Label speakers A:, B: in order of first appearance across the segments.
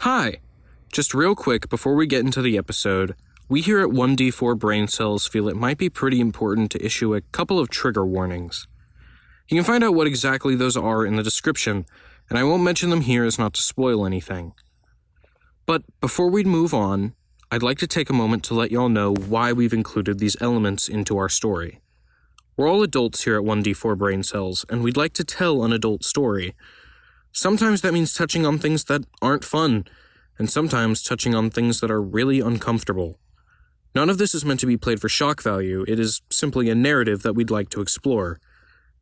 A: Hi! Just real quick before we get into the episode, we here at 1D4 Brain Cells feel it might be pretty important to issue a couple of trigger warnings. You can find out what exactly those are in the description, and I won't mention them here as not to spoil anything. But before we move on, I'd like to take a moment to let y'all know why we've included these elements into our story. We're all adults here at 1D4 Brain Cells, and we'd like to tell an adult story. Sometimes that means touching on things that aren't fun, and sometimes touching on things that are really uncomfortable. None of this is meant to be played for shock value, it is simply a narrative that we'd like to explore.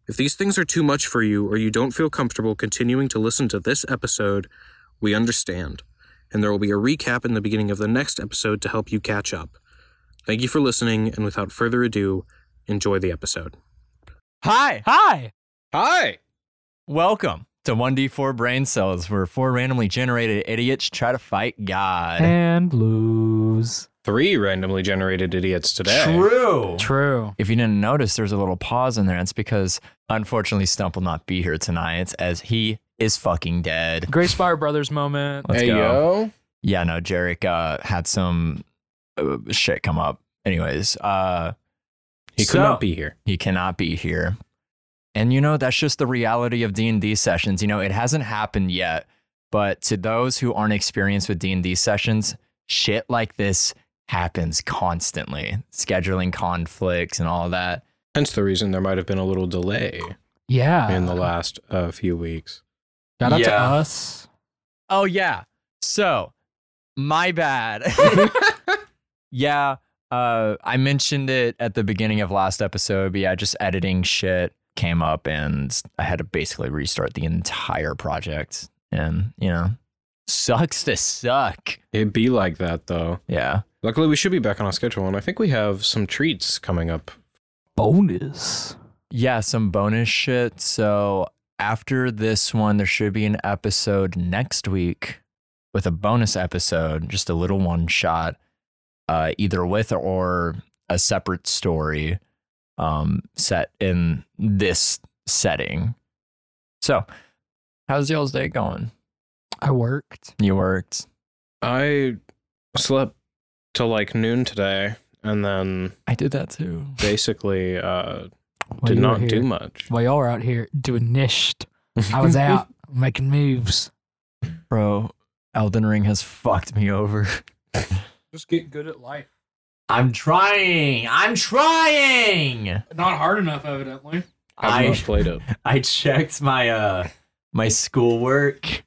A: If these things are too much for you or you don't feel comfortable continuing to listen to this episode, we understand. And there will be a recap in the beginning of the next episode to help you catch up. Thank you for listening, and without further ado, enjoy the episode.
B: Hi.
C: Hi.
A: Hi!
B: Welcome to 1D4 Brain Cells, where four randomly generated idiots try to fight God.
C: And lose.
A: Three randomly generated idiots today.
B: True.
C: True.
B: If you didn't notice, there's a little pause in there. It's because, unfortunately, Stump will not be here tonight as he is fucking dead.
C: Grace Fire Brothers moment.
B: Let's
A: hey,
B: go.
A: yo.
B: Yeah, no, Jarek uh, had some uh, shit come up. Anyways, uh,
A: He could
B: So-
A: not be here.
B: he cannot be here and you know that's just the reality of d&d sessions you know it hasn't happened yet but to those who aren't experienced with d&d sessions shit like this happens constantly scheduling conflicts and all that
A: Hence the reason there might have been a little delay
C: Yeah.
A: in the last uh, few weeks.
C: Shout out to
B: Yeah.
C: us.
B: oh yeah so my bad yeah uh, i mentioned it at the beginning of last episode but yeah just editing shit came up and i had to basically restart the entire project and you know sucks to suck
A: It'd be like that, though.
B: yeah
A: Luckily, we should be back on our schedule, and I think we have some treats coming up.
C: Bonus.
B: yeah some bonus shit so after this one there should be an episode next week with a bonus episode just a little one shot uh, either with or a separate story um, set in this setting so how's y'all's day going
C: I worked.
B: you worked
A: I slept till like noon today, and then
B: i did that too
A: basically uh,
C: While
A: did
C: you were
A: not do
C: here.
A: much.
C: While y'all were out here doing nished, I was out making moves.
B: bro elden ring has fucked me over
C: Just get good at life.
B: i'm trying i'm trying
C: Not hard enough, evidently.
A: I've not played it.
B: I checked my uh my schoolwork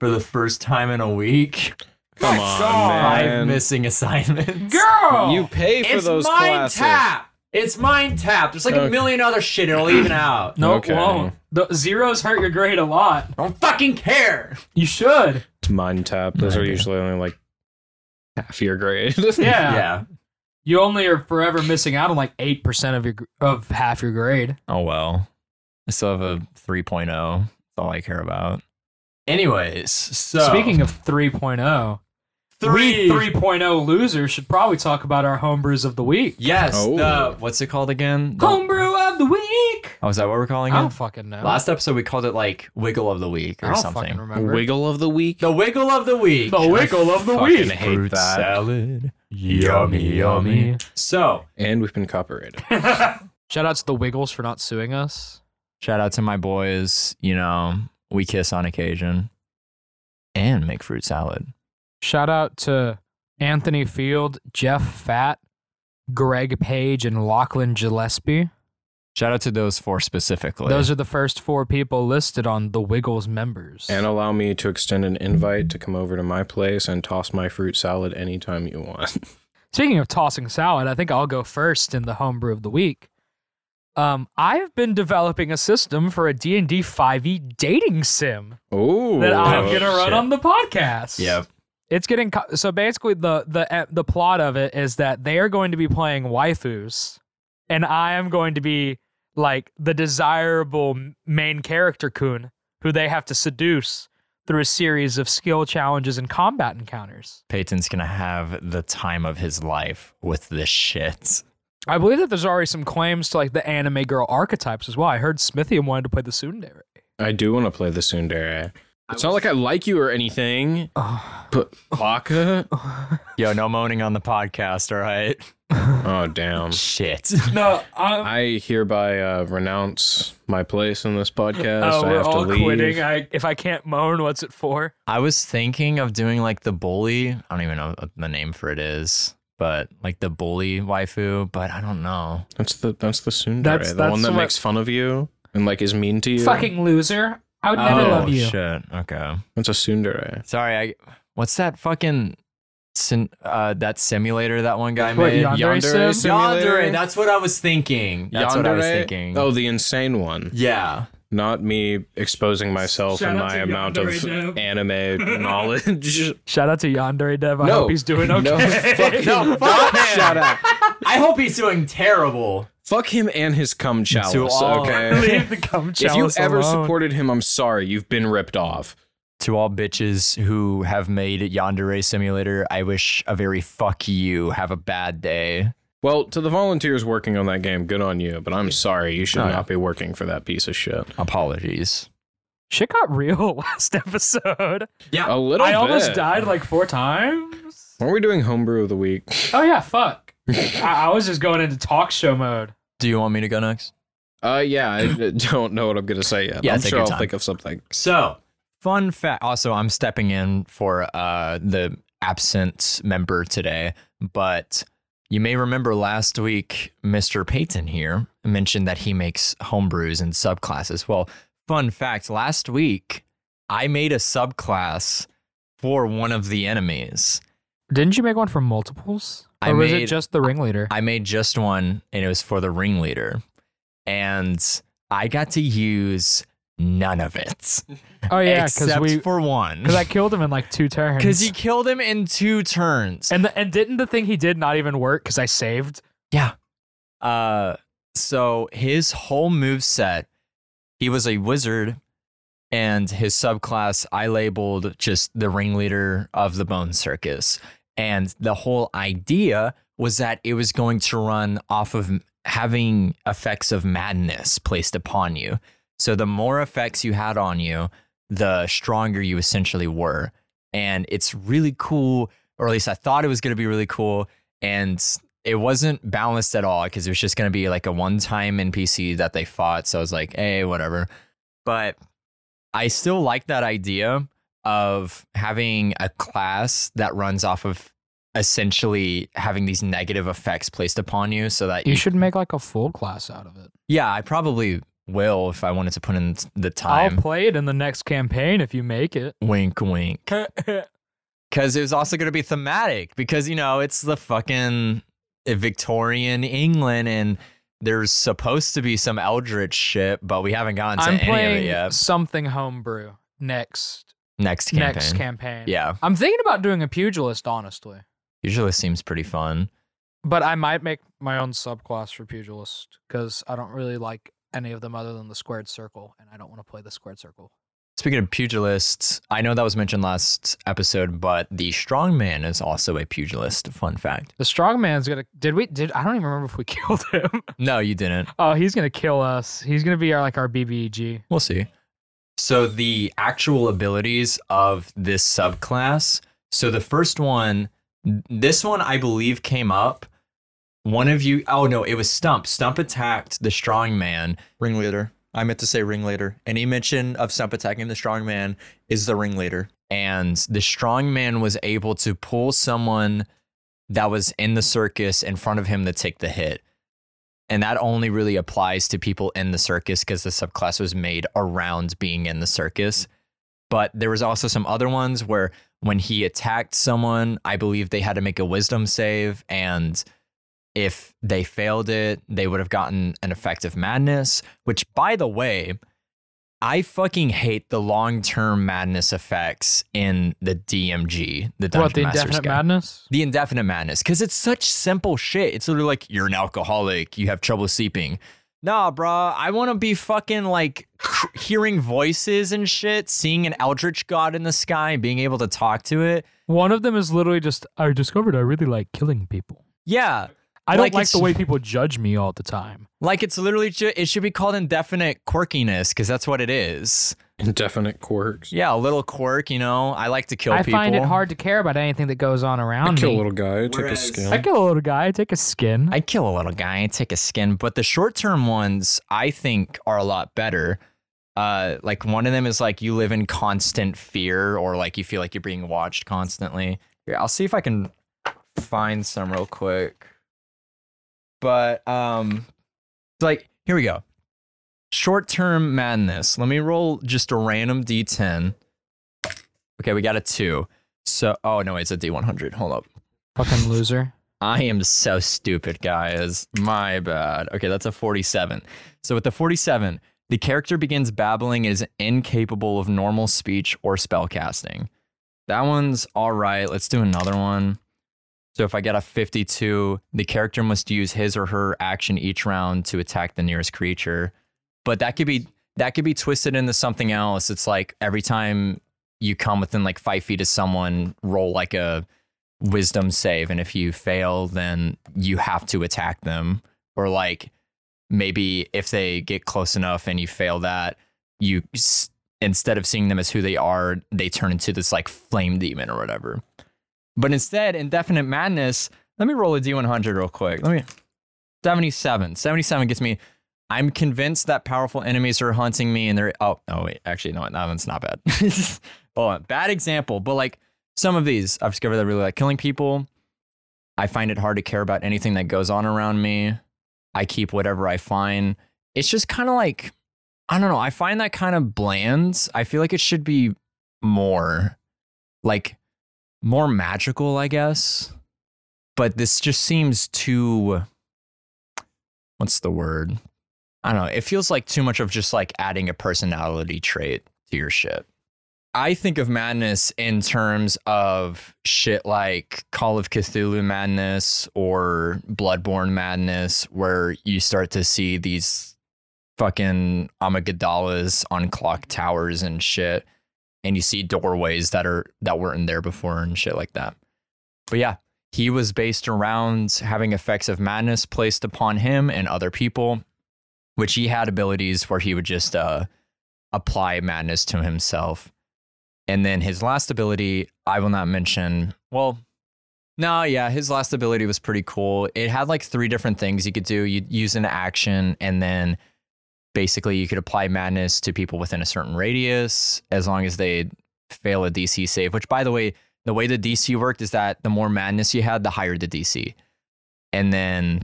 B: for the first time in a week.
A: Come
C: My
A: on,
C: God.
A: man.
B: Five missing assignments.
C: Girl!
A: You pay for
B: it's
A: those
B: mind
A: classes.
B: tap. It's mind tap. There's like
A: Okay.
B: a million other shit. It'll even out.
C: no,
A: Okay.
C: it won't. The zeros hurt your grade a lot.
B: I don't fucking care.
C: You should.
A: It's mind tap. Those
B: No
A: are
B: idea.
A: usually only like half your grade.
C: Yeah. You only are forever missing out on like 8% of your gr- of half your grade.
B: Oh well. I still have a 3.0. That's all I care about. Anyways, so
C: Speaking of oh, 3.0,
B: three,
C: we 3.0 losers should probably talk about our homebrews of the week.
B: Yes.
A: Oh.
B: The, what's it called again? The-
C: Homebrew of the week!
B: oh, is that what we're calling
C: I don't
B: it?
C: fucking know.
B: Last episode we called it like Wiggle of the Week
C: I
B: or
C: don't
B: something.
C: fucking remember.
A: of the week.
B: The wiggle of the week.
C: The wiggle of the
A: fucking
C: week.
A: hate
B: Fruit
A: that.
B: salad. Yummy, yummy. So,
A: And we've been copyrighted.
C: Shout out to the Wiggles for not suing us.
B: shout out to my boys. You know, we kiss on occasion and make fruit salad.
C: Shout out to Anthony Field, Jeff Fat, Greg Page, and Lachlan Gillespie.
B: Shout out to those four specifically.
C: Those are the first four people listed on the Wiggles members.
A: And allow me to extend an invite to come over to my place and toss my fruit salad anytime you want.
C: Speaking of tossing salad, I think I'll go first in the homebrew of the week. Um, I've been developing a system for a D&D 5e E dating sim
A: Ooh.
C: that I'm
B: Oh,
C: going to run
B: shit.
C: on the podcast.
B: Yep.
C: It's getting co- so basically the the eh, the plot of it is that they are going to be playing waifus and I am going to be like the desirable m- main character kun who they have to seduce through a series of skill challenges and combat encounters.
B: Peyton's going to have the time of his life with this shit.
C: I believe that there's already some claims to like the anime girl archetypes as well. I heard Smithium wanted to play the tsundere.
A: I do want to play the Sundere. It's not like I like you or anything, but Baka.
B: Yo, no moaning on the podcast, all right?
A: Oh damn!
B: Shit.
C: No, I'm,
A: I hereby uh, renounce my place in this podcast.
C: oh,
A: uh, I
C: we're
A: have to
C: all
A: leave.
C: quitting. I, if I can't moan, what's it for?
B: I was thinking of doing like the bully. I don't even know what the name for it is, but like the bully waifu, but I don't know.
A: That's the that's the tsundere,
C: That's-
A: the
C: that's
A: one that
C: what-
A: makes fun of you and like is mean to you.
C: Fucking loser. I would never
B: oh,
C: love you.
B: shit. Okay.
A: That's a tsundere.
B: Sorry, I what's that fucking sin, uh that simulator that one guy
C: What,
B: made?
C: Yandere
A: Yandere
C: Sim?
A: simulator?
B: Yandere, that's what I was thinking. That's what I was
A: Yandere?
B: thinking.
A: Oh, the insane one.
B: yeah.
A: Not me exposing myself
C: Shout
A: and
C: out
A: my
C: to
A: amount of
C: Yandere Dev.
A: anime knowledge.
C: Shout out to Yandere Dev. I
A: No.
C: hope he's doing okay.
A: No, fuck,
B: No,
A: him.
B: fuck him.
A: Shout out.
B: I hope he's doing terrible.
A: Fuck him and his cum chalice.
B: all-
A: Okay.
C: Leave the cum
A: If you
C: chalice
A: ever
C: alone.
A: supported him, I'm sorry. You've been ripped off.
B: To all bitches who have made Yandere Simulator, I wish a very fuck you. Have a bad day.
A: Well, to the volunteers working on that game, good on you. But I'm sorry, you should
B: Oh, yeah.
A: not be working for that piece of shit.
B: Apologies.
C: shit got real last episode.
A: A little.
C: I almost
A: bit.
C: died like four times.
A: Weren't we doing homebrew of the week?
C: Oh yeah, fuck. I, I was just going into talk show mode.
B: Do you want me to go next?
A: Uh, yeah. I don't know what I'm gonna say yet.
B: Yeah,
A: I'm
B: take
A: sure
B: your
A: I'll
B: time.
A: think of something.
B: So, fun fact. Also, I'm stepping in for uh, the absent member today, but you may remember last week, Mr. Payton here mentioned that he makes homebrews and subclasses. Well, fun fact last week, I made a subclass for one of the enemies.
C: Didn't you make one for multiples? Or
B: I
C: was it
B: made-
C: just the ringleader?
B: I made just one and it was for the ringleader. And I got to use none of it.
C: oh yeah, because
B: except
C: we
B: for one.
C: because I killed him in like two turns.
B: Because you killed him in two turns.
C: and the, and didn't the thing he did not even work because I saved?
B: uh, so his whole move set, he was a wizard, and his subclass I labeled just the ringleader of the Bone Circus. And the whole idea was that it was going to run off of m- having effects of madness placed upon you. So the more effects you had on you, the stronger you essentially were. And it's really cool, or at least I thought it was going to be really cool. And it wasn't balanced at all because it was just going to be like a one time NPC that they fought. So I was like, hey, whatever. But I still like that idea of having a class that runs off of essentially having these negative effects placed upon you so that
C: You should make like a full class out of it.
B: yeah, I probably will if I wanted to put in the
C: I'll
B: time.
C: play it in the next campaign if you make it.
B: wink, wink.
C: That's
B: Because it was also going to be thematic because, you know, it's the fucking eh, Victorian England and there's supposed to be some eldritch shit, but we haven't gotten to
C: I'm
B: any of it
C: playing
B: yet.
C: something homebrew next
B: Next campaign.
C: next campaign.
B: Yeah.
C: I'm thinking about doing a pugilist, honestly.
B: Usually seems pretty fun.
C: But I might make my own subclass for pugilist because I don't really like any of them other than the squared circle, and I don't want to play the squared circle.
B: Speaking of pugilists, I know that was mentioned last episode, but the strongman is also a pugilist. Fun fact.
C: The strongman's gonna. Did we? Did I don't even remember if we killed him.
B: No, you didn't.
C: Oh, he's gonna kill us. He's gonna be our like our E BBG.
B: We'll see. So the actual abilities of this subclass. So the first one, this one I believe came up. One of you, oh no, it was Stump. Stump attacked the strong man. Ringleader. I meant to say ringleader. Any mention of Stump attacking the strong man is the ringleader. And the strong man was able to pull someone that was in the circus in front of him to take the hit and that only really applies to people in the circus because the subclass was made around being in the circus. But there was also some other ones where when he attacked someone, I believe they had to make a wisdom save, and if they failed it, they would have gotten an effect of madness. Which, by the way, I fucking hate the long-term madness effects in the DMG, the Dungeon
C: what the
B: Master's
C: indefinite
B: Guide
C: madness?
B: the indefinite madness because it's such simple shit. It's literally like you're an alcoholic, you have trouble sleeping. Nah, bruh, I want to be fucking like cr- hearing voices and shit, seeing an eldritch god in the sky, being able to talk to it.
C: One of them is literally just. I discovered I really like killing people.
B: Yeah,
C: I don't
B: Like
C: like,
B: it's-
C: the way people judge me all the time.
B: like it's literally ju- it should be called indefinite quirkiness because that's what it is.
A: Indefinite quirks.
B: Yeah, a little quirk, you know. I like to kill
C: I
B: people.
C: find it hard to care about anything that goes on
A: I
C: around
A: kill a
C: me.
A: little guy, I take his
D: Whereas-
A: skin.
C: I kill a little guy. I take a skin.
B: I kill a little guy, I take a skin, but the short term ones I think are a lot better. Uh, like one of them is like you live in constant fear or like you feel like you're being watched constantly. Here, I'll see if I can find some real quick. But um it's like here we go. Short term madness. Let me roll just a random D10. Okay, we got a two. So oh no, it's a D one hundred. Hold up.
C: Fucking loser.
B: I am so stupid, guys. My bad. Okay, that's a 47. So, with the 47, the character begins babbling and is incapable of normal speech or spell casting. That one's all right. Let's do another one. So, if I get a 52, the character must use his or her action each round to attack the nearest creature. But that could be that could be twisted into something else. It's like every time you come within like five feet of someone, roll like a wisdom save and if you fail then you have to attack them or like maybe if they get close enough and you fail that you s- instead of seeing them as who they are they turn into this like flame demon or whatever but instead indefinite madness let me roll a d100 real quick let me 77 77 gets me i'm convinced that powerful enemies are hunting me and they're oh no wait actually no that one's not bad hold on bad example but like some of these I've discovered that I really like killing people. I find it hard to care about anything that goes on around me. I keep whatever I find. It's just kind of like, I don't know. I find that kind of bland. I feel like it should be more, like, more magical, I guess. But this just seems too, what's the word? I don't know. It feels like too much of just like adding a personality trait to your shit. I think of madness in terms of shit like Call of Cthulhu madness or Bloodborne madness, where you start to see these fucking amygdalas on clock towers and shit, and you see doorways that are that weren't there before and shit like that. But yeah, he was based around having effects of madness placed upon him and other people, which he had abilities where he would just uh, apply madness to himself. And then his last ability, I will not mention. Well, no, yeah, his last ability was pretty cool. It had like three different things you could do. You'd use an action, and then basically you could apply madness to people within a certain radius as long as they fail a DC save, which, by the way, the way the DC worked is that the more madness you had, the higher the DC. And then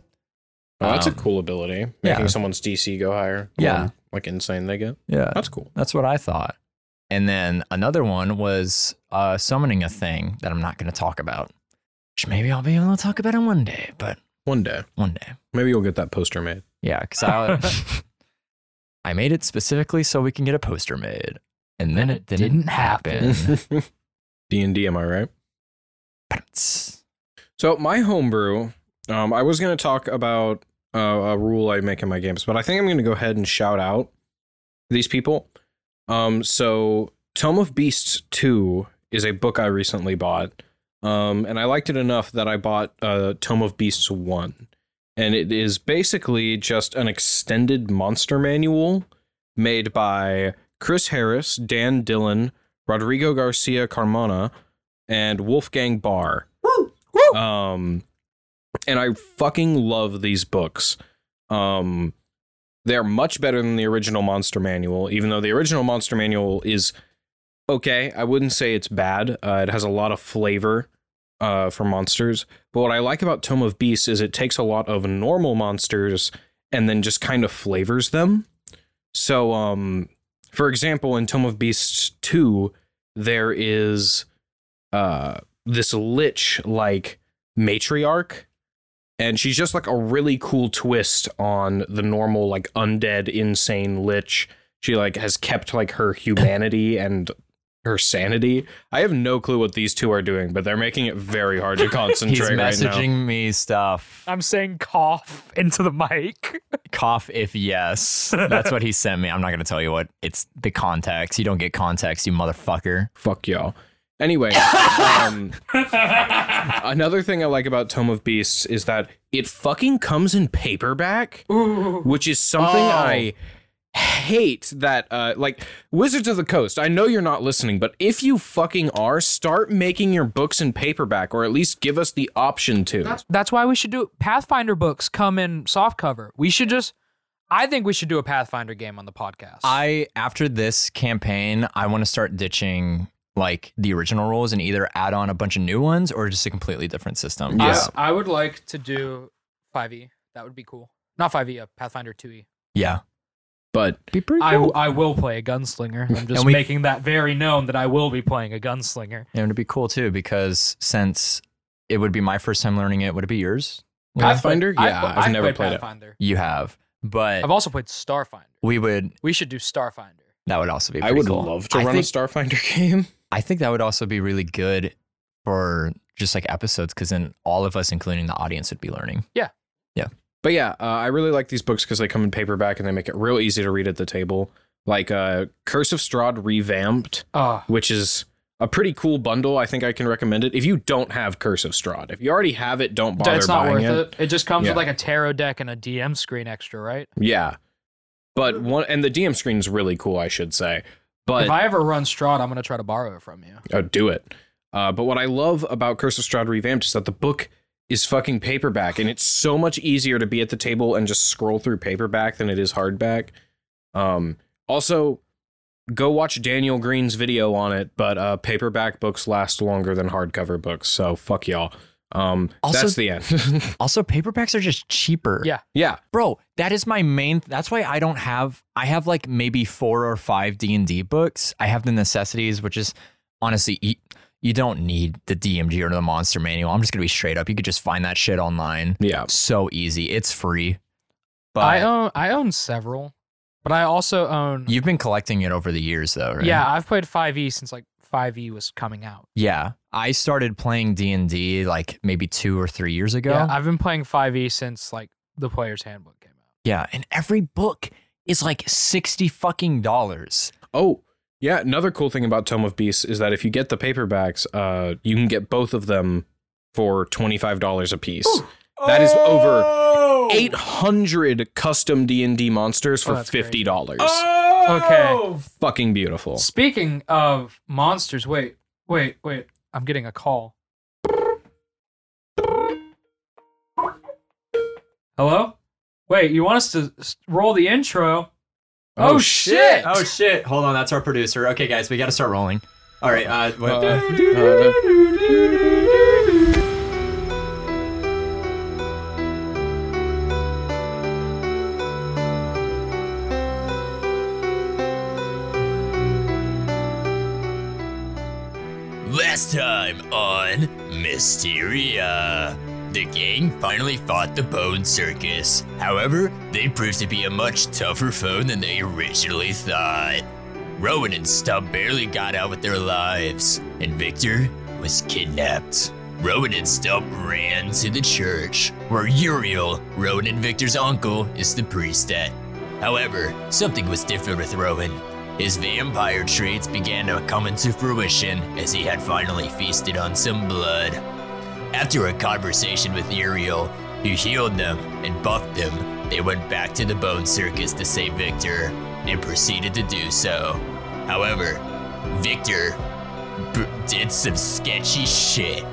A: Oh, that's
B: Um,
A: a cool ability.
B: yeah.
A: Making someone's DC go higher. The
B: Yeah. Uh,
A: more, like insane they get.
B: yeah,
A: That's cool.
B: That's what I thought. And then another one was uh, summoning a thing that I'm not going to talk about, which maybe I'll be able to talk about in one day, but
A: One day.
B: one day.
A: Maybe you'll get that poster made.
B: Yeah, because I, I made it specifically so we can get a poster made. And then it didn't,
C: Didn't happen.
B: happen.
A: D and D, am I right? So my homebrew, um, I was going to talk about uh, a rule I make in my games, but I think I'm going to go ahead and shout out these people. Um, so Tome of Beasts Two is a book I recently bought, um, and I liked it enough that I bought uh, Tome of Beasts One, and it is basically just an extended monster manual made by Chris Harris, Dan Dillon, Rodrigo Garcia Carmona, and Wolfgang Barr. Um, and I fucking love these books. Um, they're much better than the original Monster Manual, even though the original Monster Manual is okay. I wouldn't say it's bad. Uh, it has a lot of flavor uh, for monsters. But what I like about Tome of Beasts is it takes a lot of normal monsters and then just kind of flavors them. So, um, for example, in Tome of Beasts 2, there is uh, this lich like matriarch and she's just like a really cool twist on the normal like undead insane lich she like has kept like her humanity and her sanity i have no clue what these two are doing but they're making it very hard to
B: He's
A: concentrate right
B: messaging
A: now
B: me stuff.
C: I'm saying cough into the mic.
B: Cough if yes. That's what he sent me. I'm not going to tell you what. It's the context. You don't get context, you motherfucker.
A: fuck y'all anyway um, another thing i like about tome of beasts is that it fucking comes in paperback
C: Ooh.
A: which is something
B: Oh.
A: I hate that uh like Wizards of the Coast. I know you're not listening, but if you fucking are, start making your books in paperback or at least give us the option to.
C: That's why we should do Pathfinder books come in soft cover. We should just I think we should do a Pathfinder game on the podcast.
B: I after this campaign, I want to start ditching like the original rules and either add on a bunch of new ones or just a completely different system.
A: Yeah.
B: So-
C: I, would like to do 5e. That would be cool. Not 5e, uh, Pathfinder 2e.
B: yeah.
A: but
B: Be pretty
C: I, I will play a gunslinger. I'm just
B: we-
C: making that very known that I will be playing a gunslinger.
B: and it'd be cool too because since it would be my first time learning it, would it be yours?
A: Pathfinder?
C: I-
A: yeah, I've, never played it.
C: Pathfinder.
B: You have, but
C: I've also played Starfinder.
B: we would.
C: We should do Starfinder.
B: That would also be.
A: I
B: pretty
A: would
B: cool.
A: love to
B: I
A: run
B: think-
A: a Starfinder game.
B: I think that would also be really good for just like episodes because then all of us, including the audience, would be learning.
A: But yeah, uh, I really like these books because they come in paperback and they make it real easy to read at the table. Like uh, Curse of Strahd revamped,
C: Oh,
A: which is a pretty cool bundle. I think I can recommend it if you don't have Curse of Strahd. If you already have it, don't bother
C: it's not
A: buying
C: worth
A: it.
C: it. It just comes
A: Yeah.
C: with like a tarot deck and a DM screen extra, right?
A: Yeah, but one and the DM screen's really cool. I should say, but
C: if I ever run Strahd, I'm going to try to borrow it from you.
A: Oh, do it. Uh, but what I love about Curse of Strahd Revamped is that the book is fucking paperback, and it's so much easier to be at the table and just scroll through paperback than it is hardback. Um, also, go watch Daniel Green's video on it, but uh, paperback books last longer than hardcover books, so fuck y'all. Um,
B: Also-
A: that's the end.
B: Also, paperbacks are just cheaper.
C: Yeah.
A: yeah,
B: bro that is my main that's why i don't have i have like maybe four or five d&d books i have the necessities which is honestly you, you don't need the dmg or the monster manual i'm just gonna be straight up you could just find that shit online
A: yeah.
B: so easy it's free but
C: I own I own several, but I also own
B: you've been collecting it over the years though right
C: Yeah, I've played 5e since like 5e was coming out.
B: yeah i started playing d&d like maybe two or three years ago
C: Yeah, I've been playing 5e since like the player's handbook came out.
B: yeah and every book is like 60 fucking dollars
A: Oh, yeah. Another cool thing about Tome of Beasts is that if you get the paperbacks, uh, you can get both of them for twenty five dollars a piece. That is over 800 custom D&D monsters
C: Oh,
A: for
C: that's crazy.
A: $50.
B: Oh,
C: Okay.
A: Fucking beautiful.
C: Speaking of monsters, wait, wait, wait. I'm getting a call. Hello? Wait, you want us to s- roll the intro? Oh, shit.
B: Oh shit! Hold on, that's our producer. Okay, guys, we got to start rolling. All right. Uh, what,
A: Uh,
B: Last time on Mysteria, the gang finally fought the Bone Circus. However, they proved to be a much tougher foe than they originally thought. Rowan and Stubb barely got out with their lives, and Victor was kidnapped. Rowan and Stubb ran to the church, where Uriel, Rowan and Victor's uncle, is the priest at. However, something was different with Rowan. His vampire traits began to come into fruition as he had finally feasted on some blood. After a conversation with Uriel, who healed them and buffed them, they went back to the Bone Circus to save Victor and proceeded to do so. However, Victor b- did some sketchy shit.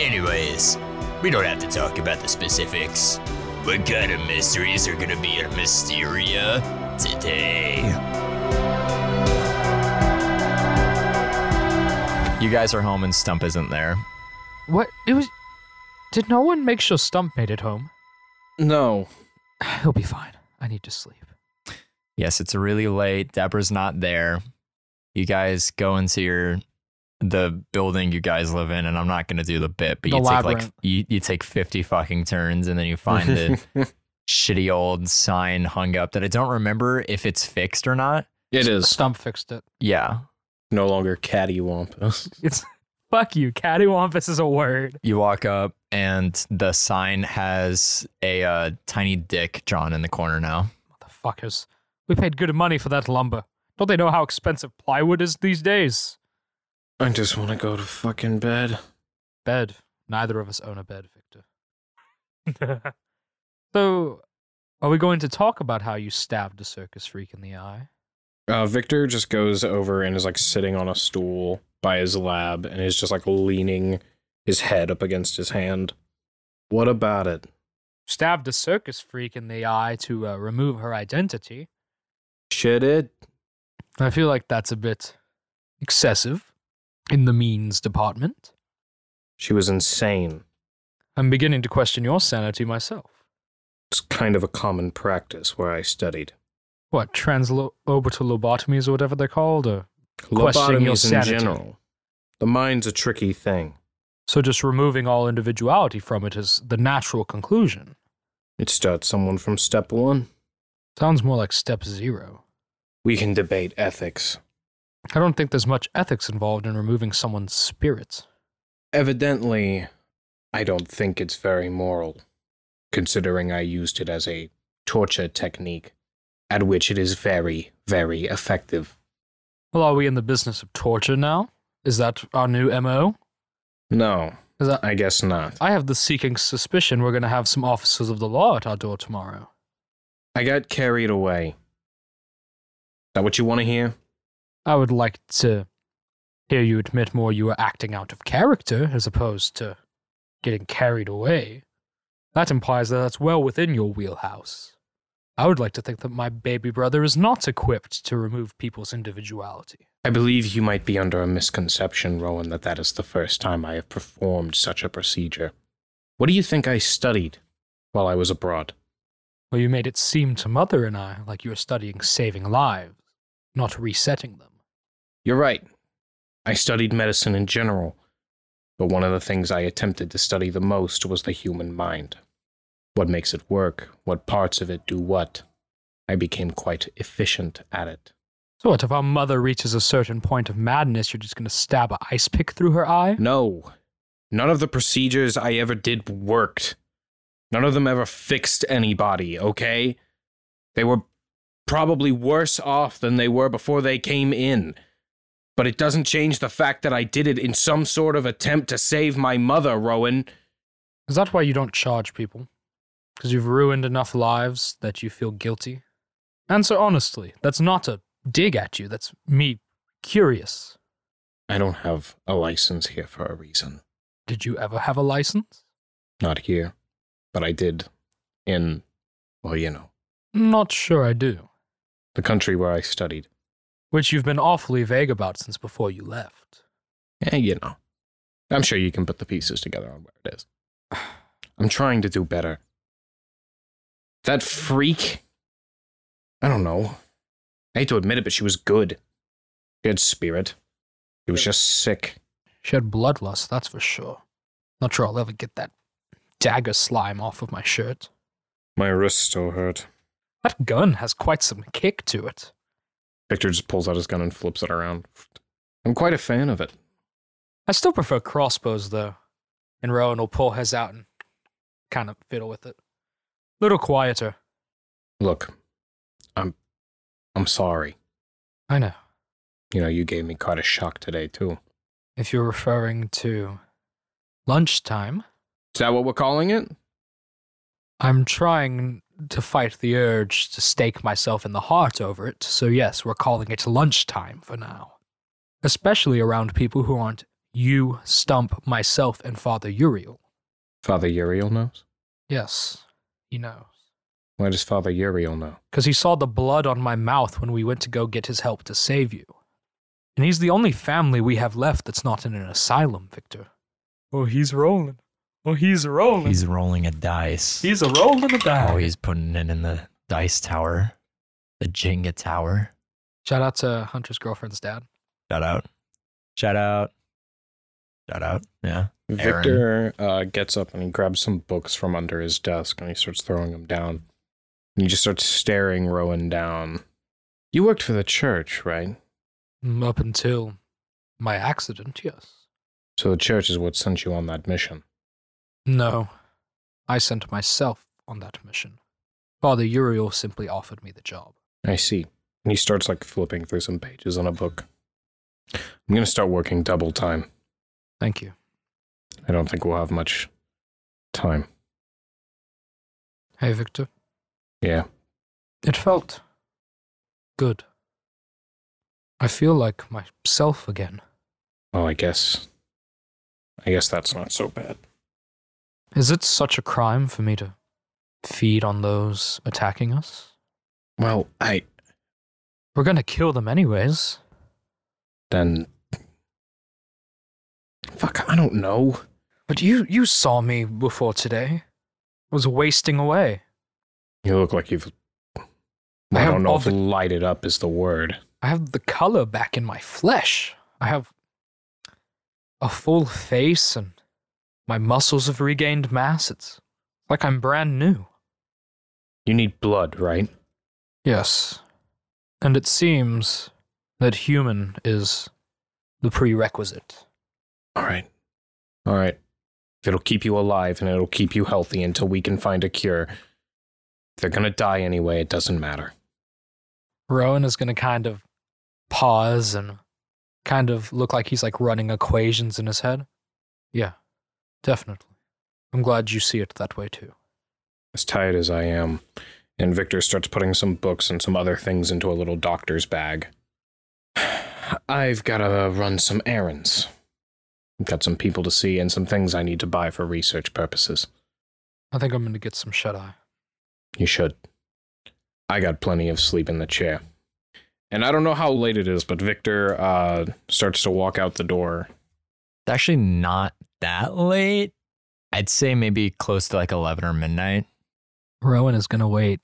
B: Anyways, we don't have to talk about the specifics. What kind of mysteries are gonna be in Mysteria today? You guys are home and Stump isn't there.
C: What? It was. Did no one make sure Stump made it home?
A: No.
C: He'll be fine. I need to sleep.
B: Yes, it's really late. Deborah's not there. You guys go into your the building you guys live in, and I'm not gonna do the bit, but
C: The
B: you take like
C: labyrinth.
B: you, you take fifty fucking turns and then you find the shitty old sign hung up that I don't remember if it's fixed or not.
A: It is
C: Stump fixed it.
B: Yeah.
A: no longer cattywampus.
C: It's fuck you. Cattywampus is a word.
B: You walk up and the sign has a uh, tiny dick drawn in the corner now.
C: Motherfuckers. We paid good money for that lumber. Don't they know how expensive plywood is these days?
A: I just want to go to fucking bed.
C: Bed. Neither of us own a bed, Victor. so, Are we going to talk about how you stabbed a circus freak in the eye?
A: Uh, Victor just goes over and is like sitting on a stool by his lab and is just like leaning his head up against his hand. What about it?
C: Stabbed a circus freak in the eye to uh, remove her identity.
A: Shit it?
C: I feel like that's a bit excessive in the means department.
A: She was insane.
C: I'm beginning to question your sanity myself.
A: It's kind of a common practice where I studied.
C: What, transorbital lobotomies or whatever they're called? Or... Questioning your
A: Lobotomies in
C: sanity.
A: general. The mind's a tricky thing.
C: So just removing all individuality from it is the natural conclusion.
A: It starts someone from step one.
C: Sounds more like step zero.
A: We can debate ethics.
C: I don't think there's much ethics involved in removing someone's spirit.
A: Evidently, I don't think it's very moral, considering I used it as a torture technique, at which it is very, very effective.
C: Well, are we in the business of torture now? Is that our new MO?
A: No,
C: Is that-
A: I guess not.
C: I have the seeking suspicion we're going to have some officers of the law at our door tomorrow.
A: I got carried away. Is that what you want to hear?
C: I would like to hear you admit more you were acting out of character as opposed to getting carried away. That implies that that's well within your wheelhouse. I would like to think that my baby brother is not equipped to remove people's individuality.
A: I believe you might be under a misconception, Rowan, that that is the first time I have performed such a procedure. What do you think I studied while I was abroad?
C: Well, you made it seem to Mother and I like you were studying saving lives, not resetting them.
A: You're right. I studied medicine in general, but one of the things I attempted to study the most was the human mind. What makes it work? What parts of it do what? I became quite efficient at it.
C: So what if our mother reaches a certain point of madness, you're just going to stab an ice pick through her eye?
A: No, none of the procedures I ever did worked. None of them ever fixed anybody, okay? They were probably worse off than they were before they came in. But it doesn't change the fact that I did it in some sort of attempt to save my mother, Rowan.
C: Is that why you don't charge people? Because you've ruined enough lives that you feel guilty? Answer honestly. That's not a dig at you. That's me curious.
A: I don't have a license here for a reason.
C: Did you ever have a license?
A: Not here. But I did. In, well, you know,
C: Not sure I do.
A: the country where I studied.
C: Which you've been awfully vague about since before you left.
A: Eh, you know. I'm sure you can put the pieces together on where it is. I'm trying to do better. That freak? I don't know. I hate to admit it, but she was good. She had spirit. She was just sick.
C: She had bloodlust, that's for sure. Not sure I'll ever get that dagger slime off of my shirt.
A: My wrist still hurt.
C: That gun has quite some kick to it.
A: Victor just pulls out his gun and flips it around. I'm quite a fan of it.
C: I still prefer crossbows though. And Rowan will pull his out and kind of fiddle with it. Little quieter.
A: Look, I'm I'm sorry.
C: I know.
A: You know, you gave me quite a shock today too.
C: If you're referring to lunchtime,
A: Is that what we're calling it?
C: I'm trying to fight the urge to stake myself in the heart over it. So yes, we're calling it lunchtime for now. Especially around people who aren't you, Stump, myself, and Father Uriel.
A: Father Uriel knows?
C: Yes, you know.
A: Why does Father Uriel know?
C: because he saw the blood on my mouth when we went to go get his help to save you. And he's the only family we have left that's not in an asylum, Victor. Oh, he's rolling. Oh, he's rolling.
B: He's rolling a dice.
C: a rolling a
B: oh, he's putting it in the dice tower, the Jenga tower.
C: Shout out to Hunter's girlfriend's dad.
B: Shout out. Shout out. Shout out. Yeah. Aaron.
A: Victor uh, gets up and he grabs some books from under his desk and he starts throwing them down. And he just starts staring Rowan down. You worked for the church, right?
C: Mm, Up until my accident, yes.
A: So the church is what sent you on that mission.
C: No, I sent myself on that mission. Father Uriel simply offered me the job.
A: I see. And he starts like flipping through some pages on a book. I'm gonna start working double time.
C: Thank you.
A: I don't think we'll have much time.
C: Hey, Victor.
A: Yeah.
C: It felt good. I feel like myself again.
A: Well, I guess. I guess that's not so bad.
C: Is it such a crime for me to feed on those attacking us?
A: Well, I
C: We're gonna kill them anyways.
A: then. Fuck, I don't know.
C: But you you saw me before today. I was wasting away.
A: You look like you've.
C: I
A: I,
C: have
A: don't know
C: all
A: if
C: the-
A: lighted up is the word.
C: I have the color back in my flesh. I have a full face and my muscles have regained mass. It's like I'm brand new.
A: You need blood, right?
C: Yes. And it seems that human is the prerequisite.
A: All right. All right. If it'll keep you alive and it'll keep you healthy until we can find a cure, if they're gonna die anyway, it doesn't matter.
C: Rowan is going to kind of pause and kind of look like he's like running equations in his head. Yeah, definitely. I'm glad you see it that way too.
A: As tired as I am. And Victor starts putting some books and some other things into a little doctor's bag. I've gotta run some errands. I've got some people to see and some things I need to buy for research purposes.
C: I think I'm going to get some shut eye.
A: You should. I got plenty of sleep in the chair. And I don't know how late it is, but Victor uh, starts to walk out the door.
B: It's actually not that late. I'd say maybe close to like 11 or midnight.
C: Rowan is going to wait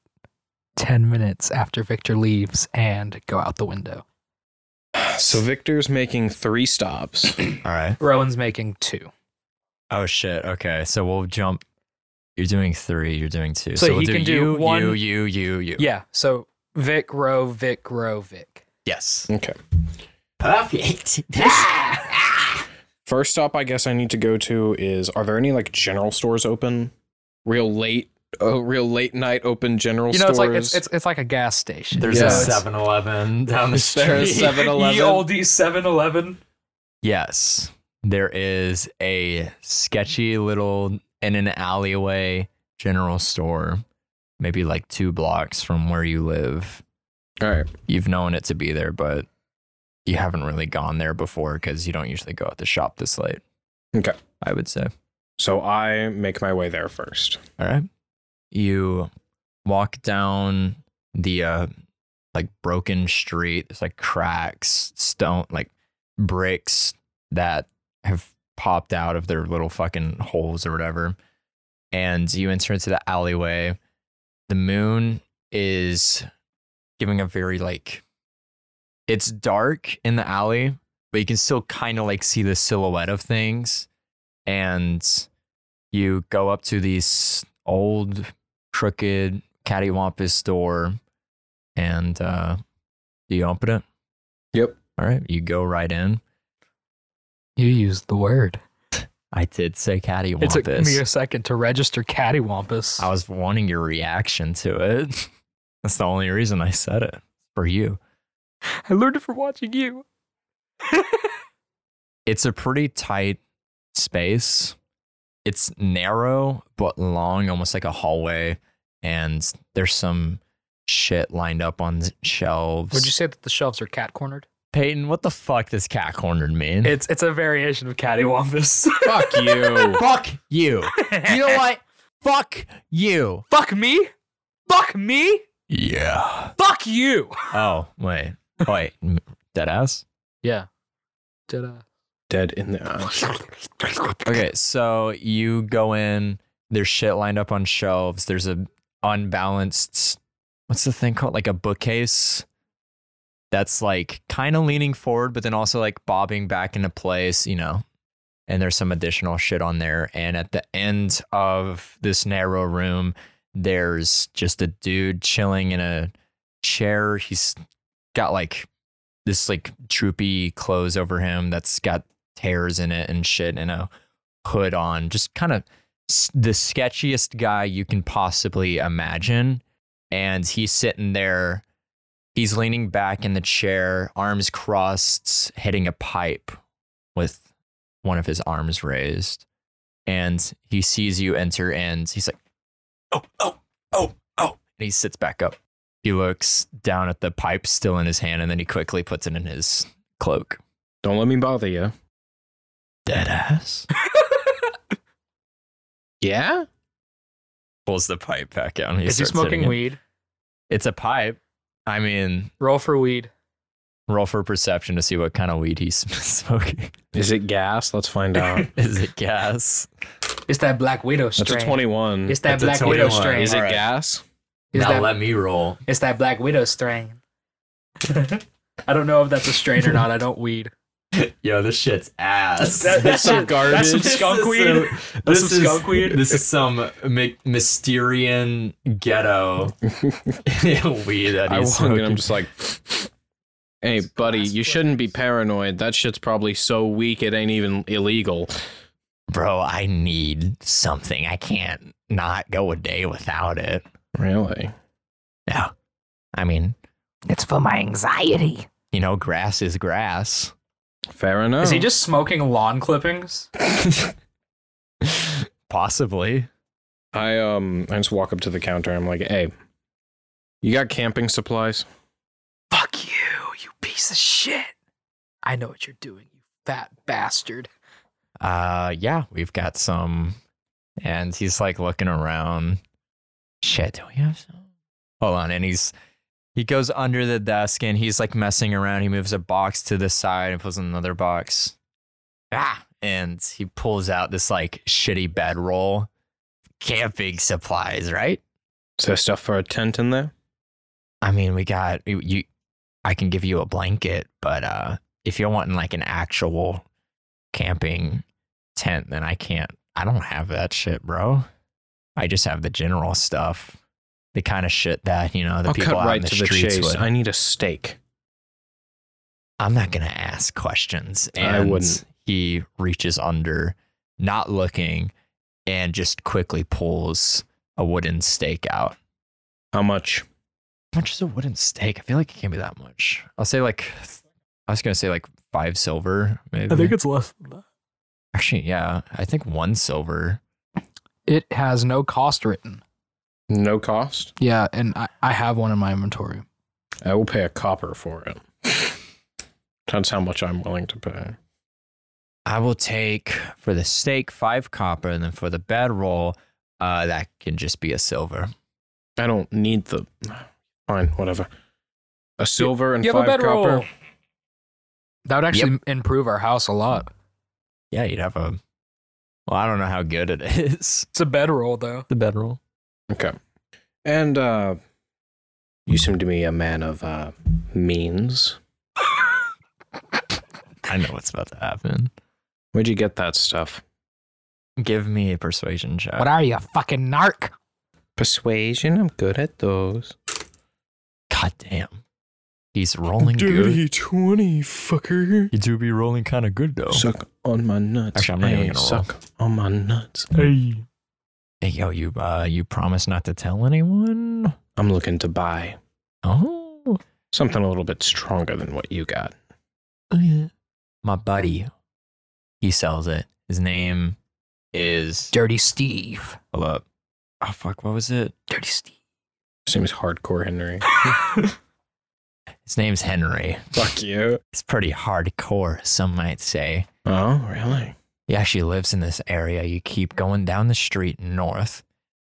C: 10 minutes after Victor leaves and go out the window.
A: So Victor's making three stops.
B: All right.
C: Rowan's making two.
B: Oh, shit. Okay. So we'll jump. You're doing three, you're doing two.
C: So
B: we'll
C: he can do
B: you,
C: one-
B: You, you, you, you.
C: Yeah, so Vic, Row, Vic, Row, Vic.
B: Yes.
A: okay.
B: Perfect.
A: First stop I guess I need to go to is are there any like general stores open? Real late uh, real late night open general
C: You know,
A: stores.
C: it's like it's, it's, it's like a gas station.
B: There's
A: Yeah.
B: a
A: So it's-
B: 7 Eleven down the
A: Is there a
B: street.
A: 7-Eleven?
C: EOD 7-Eleven.
B: Yes. There is a sketchy little in an alleyway general store, maybe like two blocks from where you live.
A: All right.
B: You've known it to be there, but you haven't really gone there before because you don't usually go out to shop this late.
A: Okay.
B: I would say.
A: So I make my way there first.
B: All right. You walk down the uh like broken street. There's like cracks, stone like bricks that have popped out of their little fucking holes or whatever. And you enter into the alleyway. The moon is giving a very like it's dark in the alley, but you can still kind of like see the silhouette of things. And you go up to this old crooked cattywampus door and uh do you open it
A: Yep.
B: all right you go right in
C: You used the word.
B: i did say cattywampus
C: It took me a second to register cattywampus.
B: i was wanting your reaction to it that's the only reason i said it for you
C: I learned it from watching you.
B: it's a pretty tight space. It's narrow but long, almost like a hallway. And there's some shit lined up on s- shelves.
C: Would you say that the shelves are cat cornered?
B: Peyton, what the fuck does cat cornered mean?
C: It's it's a variation of cattywampus.
A: Fuck you.
B: fuck you. You know what? fuck you.
C: Fuck me. Fuck me.
B: Yeah.
C: Fuck you.
B: Oh wait, wait, M- dead ass.
C: Yeah. Did uh
A: Dead in the uh, eye.
B: Okay, so you go in. There's shit lined up on shelves. There's a unbalanced. What's the thing called? Like a bookcase. That's like kind of leaning forward, but then also like bobbing back into place. You know. And there's some additional shit on there. And at the end of this narrow room, there's just a dude chilling in a chair. He's got like this like troopy clothes over him that's got tears in it and shit and a hood on just kind of s- the sketchiest guy you can possibly imagine and he's sitting there he's leaning back in the chair arms crossed hitting a pipe with one of his arms raised and he sees you enter and he's like oh oh oh oh and he sits back up. He looks down at the pipe still in his hand and then he quickly puts it in his cloak.
A: Don't let me bother you.
B: Dead ass.
A: Yeah?
B: Pulls the pipe back out. And he
C: Is he
B: starts hitting
C: smoking
B: it.
C: weed?
B: It's a pipe. I mean,
C: Roll for weed.
B: roll for perception to see what kind of weed he's smoking.
A: Is it gas? Let's find out.
B: Is it gas?
C: It's that Black Widow
A: That's a 21.
C: It's that
B: That's a
C: Black Widow
B: 21.
C: strain.
A: Is it
B: Alright.
A: gas?
C: Is that-
B: me roll.
C: It's that Black Widow strain. I don't know if that's a strain or not. I don't weed.
B: Yo, this shit's ass.
C: That- that's some garbage. That's some skunk
B: is
C: weed.
B: some-
C: That's some skunk weed.
B: This is some my- Mysterian ghetto weed that
A: I
B: he's
A: walk in,
B: smoking.
A: I'm just like, hey, buddy, you shouldn't be paranoid. That shit's probably so weak it ain't even illegal.
B: Bro, I need something. I can't not go a day without it.
A: Really?
B: Yeah. I mean, it's for my anxiety. You know, grass is grass.
A: Fair enough.
C: Is
B: Oh.
C: he just smoking lawn clippings?
B: Possibly.
A: I um, I just walk up to the counter. I'm like, hey, you got camping supplies?
C: Fuck you, you piece of shit. I know what you're doing, you fat bastard.
B: Uh yeah, we've got some. And he's like looking around. Shit, do we have some? Hold on. And he's he goes under the desk and he's like messing around. He moves a box to the side and pulls another box. Ah. And he pulls out this like shitty bedroll. Camping supplies, right?
A: Is there stuff for a tent in there?
B: I mean, we got you- you. I can give you a blanket, but uh, if you're wanting like an actual camping tent, then I can't. I don't have that shit, bro. I just have the general stuff, the kind of shit that you know the
A: I'll
B: people
A: cut
B: out
A: right
B: in the
A: to the
B: streets
A: chase.
B: would.
A: I need a steak.
B: I'm not gonna ask questions. And
A: I wouldn't.
B: He reaches under, not looking, and just quickly pulls a wooden stake out.
A: How much?
B: How much is a wooden stake? I feel like it can't be that much. I'll say like, I was gonna say like five silver, maybe.
C: it's less than that.
B: actually, yeah, I think one silver.
C: It has no cost written.
A: No cost.
C: Yeah, and I, I have one in my inventory.
A: I will pay a copper for it. That's how much I'm willing to pay.
B: I will take for the stake five copper, and then for the bedroll, uh, that can just be a silver.
A: I don't need the. Fine, whatever. A silver and
C: You have a
A: five
C: bedroll.
A: copper.
C: That would actually improve our house a lot.
B: Yeah, you'd have a. Well, I don't know how good it is.
C: It's a bedroll, though.
B: The bedroll.
A: Okay. And uh you seem to be a man of uh means.
B: I know what's about to happen.
A: Where'd you get that stuff?
B: Give me a persuasion check.
C: What are you, a fucking narc?
A: Persuasion, I'm good at those.
B: God damn. He's rolling good.
A: 20, fucker.
B: You do be rolling kind of good though.
A: Suck on my nuts.
B: Actually, I'm not even
A: Hey,
B: gonna roll.
A: Suck on my nuts.
C: Hey.
B: Hey, yo, you uh, you promise not to tell anyone?
A: I'm looking to buy
B: Oh,
A: something a little bit stronger than what you got.
B: yeah. My buddy, he sells it. His name is.
C: Dirty Steve.
B: Hold up. Oh fuck, what was it?
C: Dirty Steve.
A: Seems hardcore, Henry.
B: His name's Henry.
A: Fuck you.
B: It's pretty hardcore, some might say.
A: Oh, really?
B: He actually lives in this area. You keep going down the street north,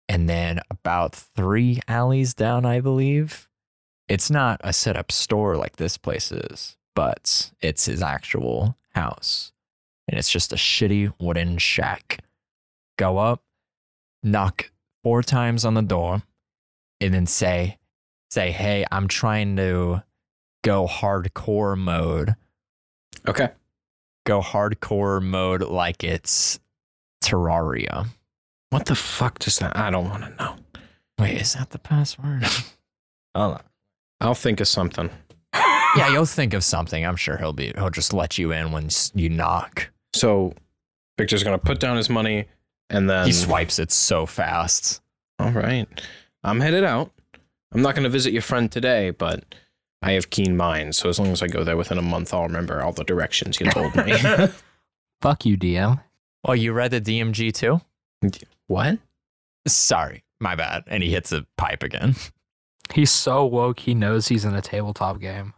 B: and then about three alleys down, I believe. It's not a set up store like this place is, but it's his actual house. And it's just a shitty wooden shack. Go up, knock four times on the door, and then say, say, hey, I'm trying to go hardcore mode
A: Okay.
B: go hardcore mode like it's Terraria.
A: What the fuck does that? I don't want to know.
B: Wait, is that the password? Hold on.
A: I'll think of something.
B: Yeah, you'll think of something. I'm sure he'll be. He'll just let you in when s- you knock.
A: So Victor's gonna put down his money and then
B: he swipes it so fast.
A: All right. I'm headed out. I'm not gonna visit your friend today, but I have keen minds, so as long as I go there within a month I'll remember all the directions you told me.
C: Fuck you, DM.
B: Oh, you read the DMG too?
A: what?
B: Sorry, My bad. And he hits a pipe again.
C: He's so woke. He knows he's in a tabletop game.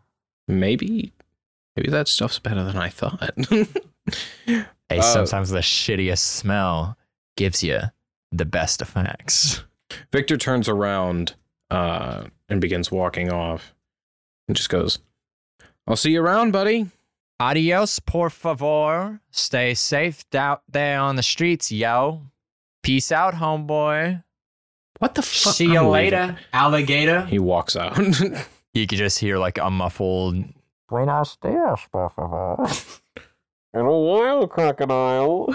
A: Maybe, maybe that stuff's better than I thought.
B: Hey, Oh.
A: Uh,
B: sometimes the shittiest smell gives you the best effects.
A: Victor turns around uh, and begins walking off, and just goes, "I'll see you around, buddy."
B: Adios, por favor. Stay safe out there on the streets, yo. Peace out, homeboy.
A: What the fuck?
B: See you
A: I'm leaving.
B: later, alligator.
A: He walks out.
B: You could just hear like a muffled
C: Buenos dias, por
A: In a while, crocodile.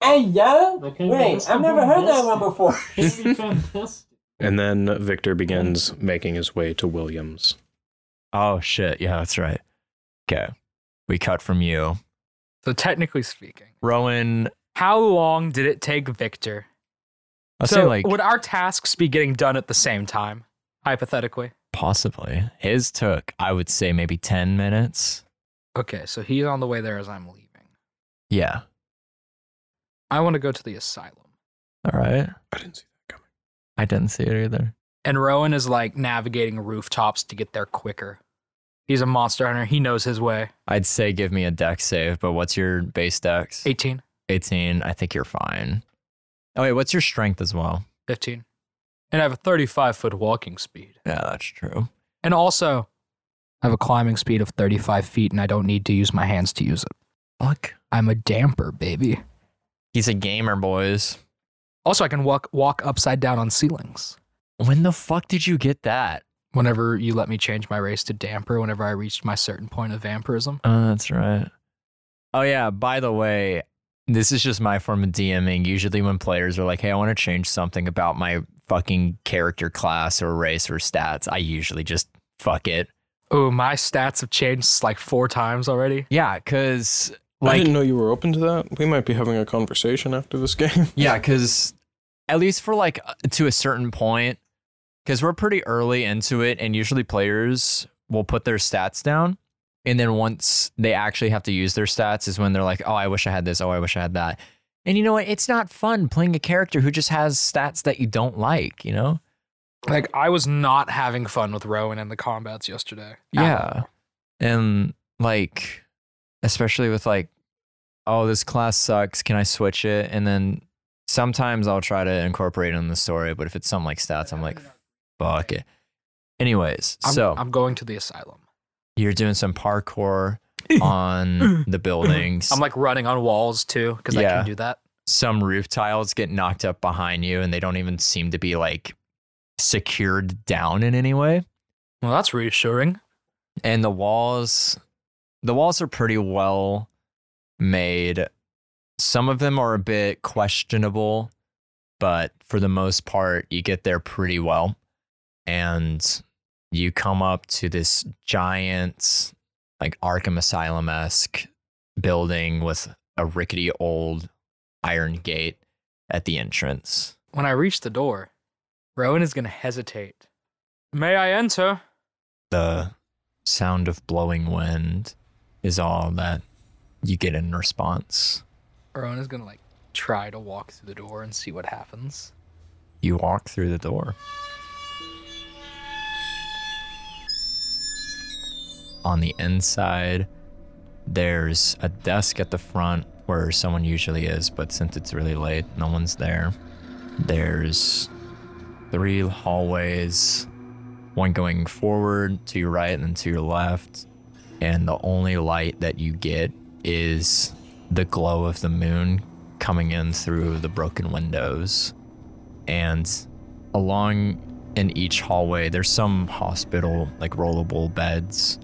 D: Hey, yo!
E: That could've been
D: Wait, I've never heard that one
E: fantastic.
D: before.
E: That could've been fantastic.
A: And then Victor begins making his way to Williams.
B: Oh shit, yeah, that's right. Okay. We cut from you.
C: So technically speaking,
B: Rowan
C: how long did it take Victor?
B: I'll
C: so
B: say like
C: would our tasks be getting done at the same time, hypothetically?
B: possibly. His took, I would say maybe ten minutes.
C: Okay, so he's on the way there as I'm leaving.
B: Yeah.
C: I want to go to the asylum.
B: All right.
A: I didn't see that coming.
B: I didn't see it either.
C: And Rowan is like navigating rooftops to get there quicker. He's a monster hunter. He knows his way.
B: I'd say give me a deck save, but what's your base dex?
C: 18,
B: 18. I think you're fine. Oh, wait, what's your strength as well?
C: 15. And I have a 35 foot walking speed.
B: Yeah, that's true.
C: And also, I have a climbing speed of 35 feet and I don't need to use my hands to use it.
B: Fuck.
C: I'm a damper, baby.
B: He's a gamer, boys.
C: Also, I can walk, walk upside down on ceilings.
B: When the fuck did you get that?
C: Whenever you let me change my race to damper, whenever I reached my certain point of vampirism.
B: Oh, that's right. Oh yeah, by the way, this is just my form of DMing. Usually when players are like, "Hey, I want to change something about my fucking character class or race or stats," I usually just fuck it.
C: Oh, my stats have changed like four times already.
B: Yeah, cuz
A: I
B: like
A: didn't know you were open to that. We might be having a conversation after this game.
B: yeah, cuz at least for like uh, to a certain point cuz we're pretty early into it and usually players will put their stats down and then once they actually have to use their stats is when they're like, "Oh, I wish I had this. Oh, I wish I had that." And you know what? It's not fun playing a character who just has stats that you don't like, you know?
C: Like, I was not having fun with Rowan and the combats yesterday.
B: Yeah. And like especially with like oh this class sucks, can I switch it? And then sometimes I'll try to incorporate it in the story, but if it's something like stats, I'm like fuck it. Anyways,
C: I'm,
B: so
C: I'm going to the asylum.
B: you're doing some parkour on the buildings.
C: I'm like running on walls too because I
B: Yeah.
C: can do that.
B: some roof tiles get knocked up behind you and they don't even seem to be like secured down in any way.
C: Well, that's reassuring.
B: and the walls the walls are pretty well made some of them are a bit questionable but for the most part you get there pretty well and you come up to this giant like arkham asylum-esque building with a rickety old iron gate at the entrance
C: When I reach the door, Rowan is going to hesitate. May I enter?
B: the sound of blowing wind is all that you get in response.
C: Rowan is going to like try to walk through the door and see what happens.
B: You walk through the door. On the inside, there's a desk at the front where someone usually is, but since it's really late, no one's there. There's three hallways, one going forward to your right and then to your left, and the only light that you get is the glow of the moon coming in through the broken windows and along in each hallway there's some hospital like rollable beds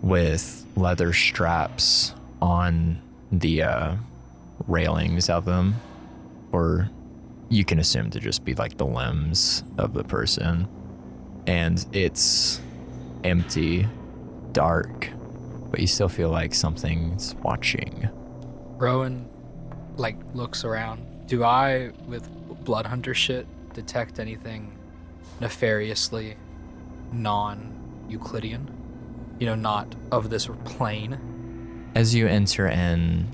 B: with leather straps on the uh, railings of them or you can assume to just be like the limbs of the person and it's empty dark but you still feel like something's watching
C: Rowan like looks around. Do I, with blood hunter shit, detect anything nefariously non Euclidean? You know, not of this plane?
B: as you enter in,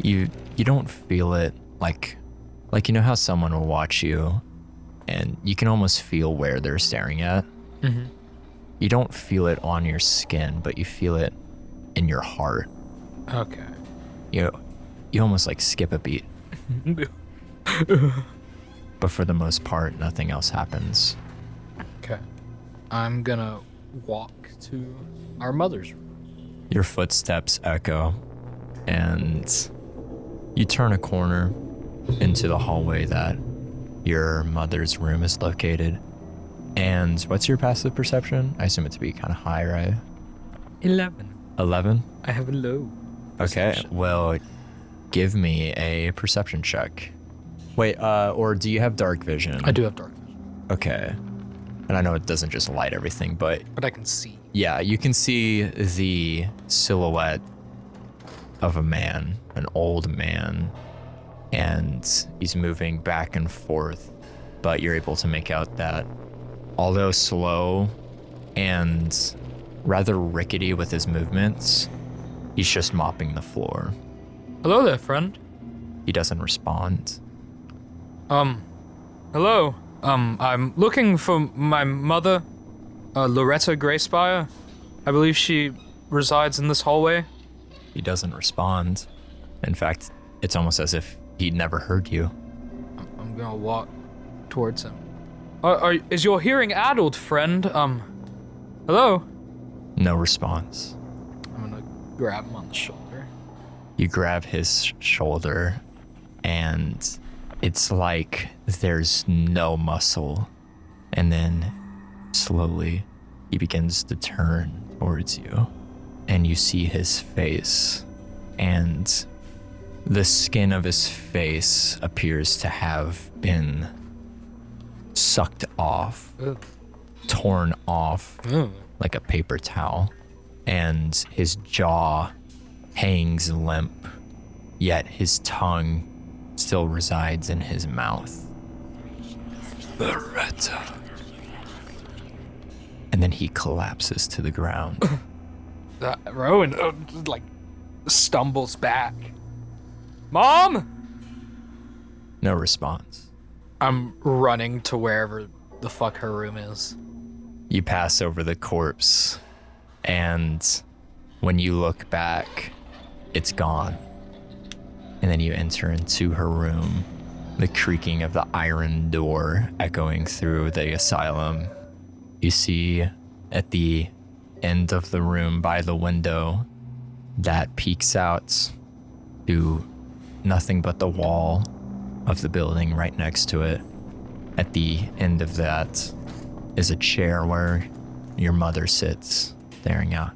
B: you you don't feel it like like you know how someone will watch you and you can almost feel where they're staring at.
C: Mhm.
B: You don't feel it on your skin, but you feel it in your heart.
C: Okay.
B: You know, you almost like skip a beat, but for the most part, nothing else happens.
C: okay. I'm gonna walk to our mother's room.
B: Your footsteps echo, and you turn a corner into the hallway that your mother's room is located. And what's your passive perception? I assume it to be kind of high, right?
C: Eleven.
B: 11?
C: I have a low.
B: Okay, well, give me a perception check. Wait, uh, or do you have dark vision?
C: I do have dark vision,
B: Okay. And I know it doesn't just light everything, but
C: but I can see.
B: yeah, you can see the silhouette of a man, an old man, and he's moving back and forth, but you're able to make out that although slow and rather rickety with his movements, he's just mopping the floor.
C: Hello there, friend.
B: He doesn't respond.
C: Um, hello. Um, I'm looking for my mother, uh, Loretta Grayspire. I believe she resides in this hallway.
B: He doesn't respond. In fact, it's almost as if he never heard you.
C: I'm gonna walk towards him. Are, are, is your hearing addled, friend? Um, hello?
B: No response.
C: I'm gonna grab him on the shoulder.
B: you grab his sh- shoulder and it's like there's no muscle and then slowly he begins to turn towards you and you see his face and the skin of his face appears to have been sucked off
C: Ugh.
B: torn off like a paper towel and his jaw hangs limp, yet his tongue still resides in his mouth. Loretta. And then he collapses to the ground.
C: Uh, Rowan, uh, like, stumbles back. Mom!
B: No response.
C: I'm running to wherever the fuck her room is.
B: You pass over the corpse, and when you look back, it's gone. And then you enter into her room, the creaking of the iron door echoing through the asylum. You see at the end of the room by the window that peeks out to nothing but the wall of the building right next to it. At the end of that, is a chair where your mother sits, staring out.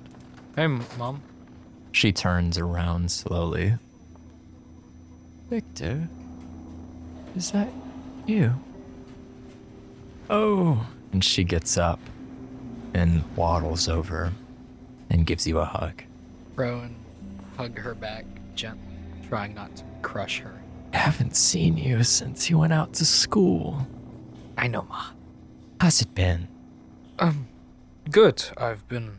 C: Hey, Mom.
B: She turns around slowly. Victor, is that you? Oh. And she gets up and waddles over and gives you a hug.
C: Rowan, hug her back gently, trying not to crush her.
B: Haven't seen you since you went out to school.
C: I know, Ma.
B: How's it been?
C: Um, good. I've been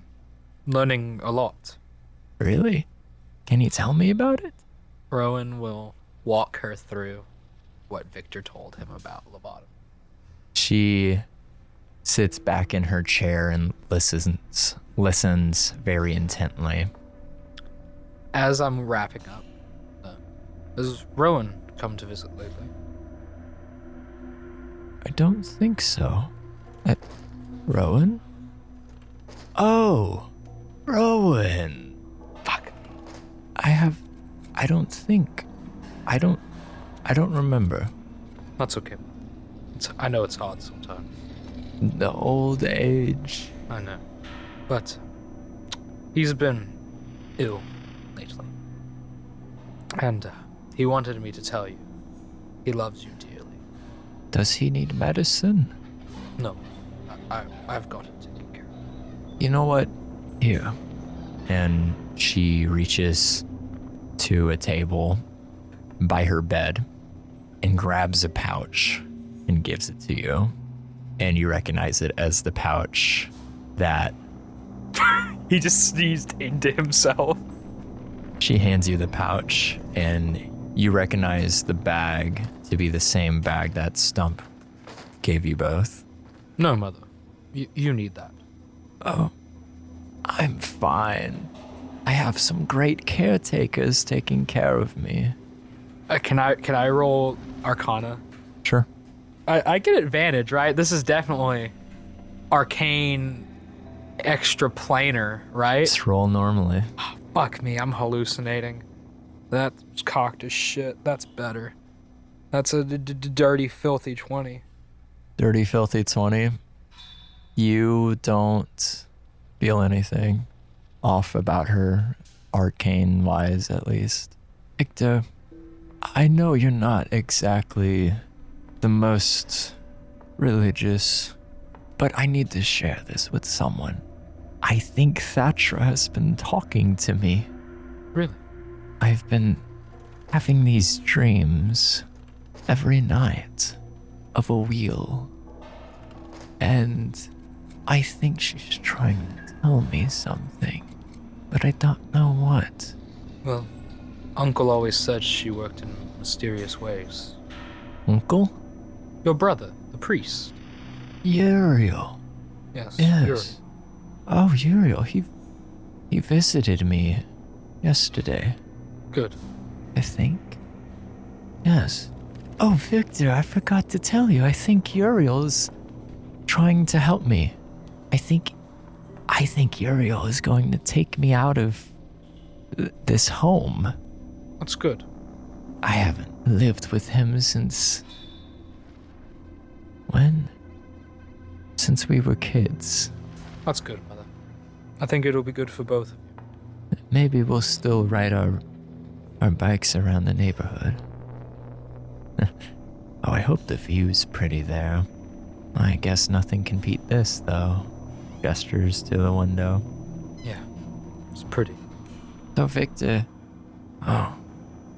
C: learning a lot.
B: Really? Can you tell me about it?
C: Rowan will walk her through what Victor told him about Lobotomy.
B: She sits back in her chair and listens listens very intently.
C: As I'm wrapping up, uh, has Rowan come to visit lately?
B: I don't think so. I- Rowan? Oh, Rowan. Fuck. I have I don't think I don't I don't remember.
C: That's okay. It's, I know it's hard sometimes.
B: The old age.
C: I know. But he's been ill lately. And uh, he wanted me to tell you he loves you dearly.
B: Does he need medicine?
C: No, I, I, I've got it taken care of.
B: you know what? Here. And she reaches to a table by her bed and grabs a pouch and gives it to you. And you recognize it as the pouch that
C: He just sneezed into himself.
B: She hands you the pouch, and you recognize the bag to be the same bag that Stump gave you both.
C: No, mother. You, you need that.
B: Oh, I'm fine. I have some great caretakers taking care of me.
C: Uh, can I can I roll Arcana?
B: Sure.
C: I, I get advantage, right? This is definitely arcane extra planar, right?
B: Just roll normally.
C: Fuck me, I'm hallucinating. That's cocked as shit. That's better. That's a d- d- d- dirty, filthy 20.
B: Dirty, filthy 20. You don't feel anything off about her, arcane wise at least. Victor, I know you're not exactly the most religious, but I need to share this with someone. I think Thatcher has been talking to me.
C: Really?
B: I've been having these dreams every night of a wheel. And I think she's trying to tell me something, but I don't know what.
C: Well, Uncle always said she worked in mysterious ways.
B: Uncle?
C: Your brother, the priest.
B: Uriel.
C: Yes.
B: Yes.
C: you're-
B: Oh, Uriel, he he visited me yesterday,
C: Good.
B: I think. Yes. Oh, Victor, I forgot to tell you. I think Uriel's trying to help me. I think I think Uriel is going to take me out of th- this home.
C: That's good.
B: I haven't lived with him since. When? Since we were kids.
C: That's good, mother. I think it'll be good for both of you.
B: Maybe we'll still ride our, our bikes around the neighborhood. oh, I hope the view's pretty there. I guess nothing can beat this, though. Gestures to the window.
C: Yeah. It's pretty.
B: So, Victor. Oh,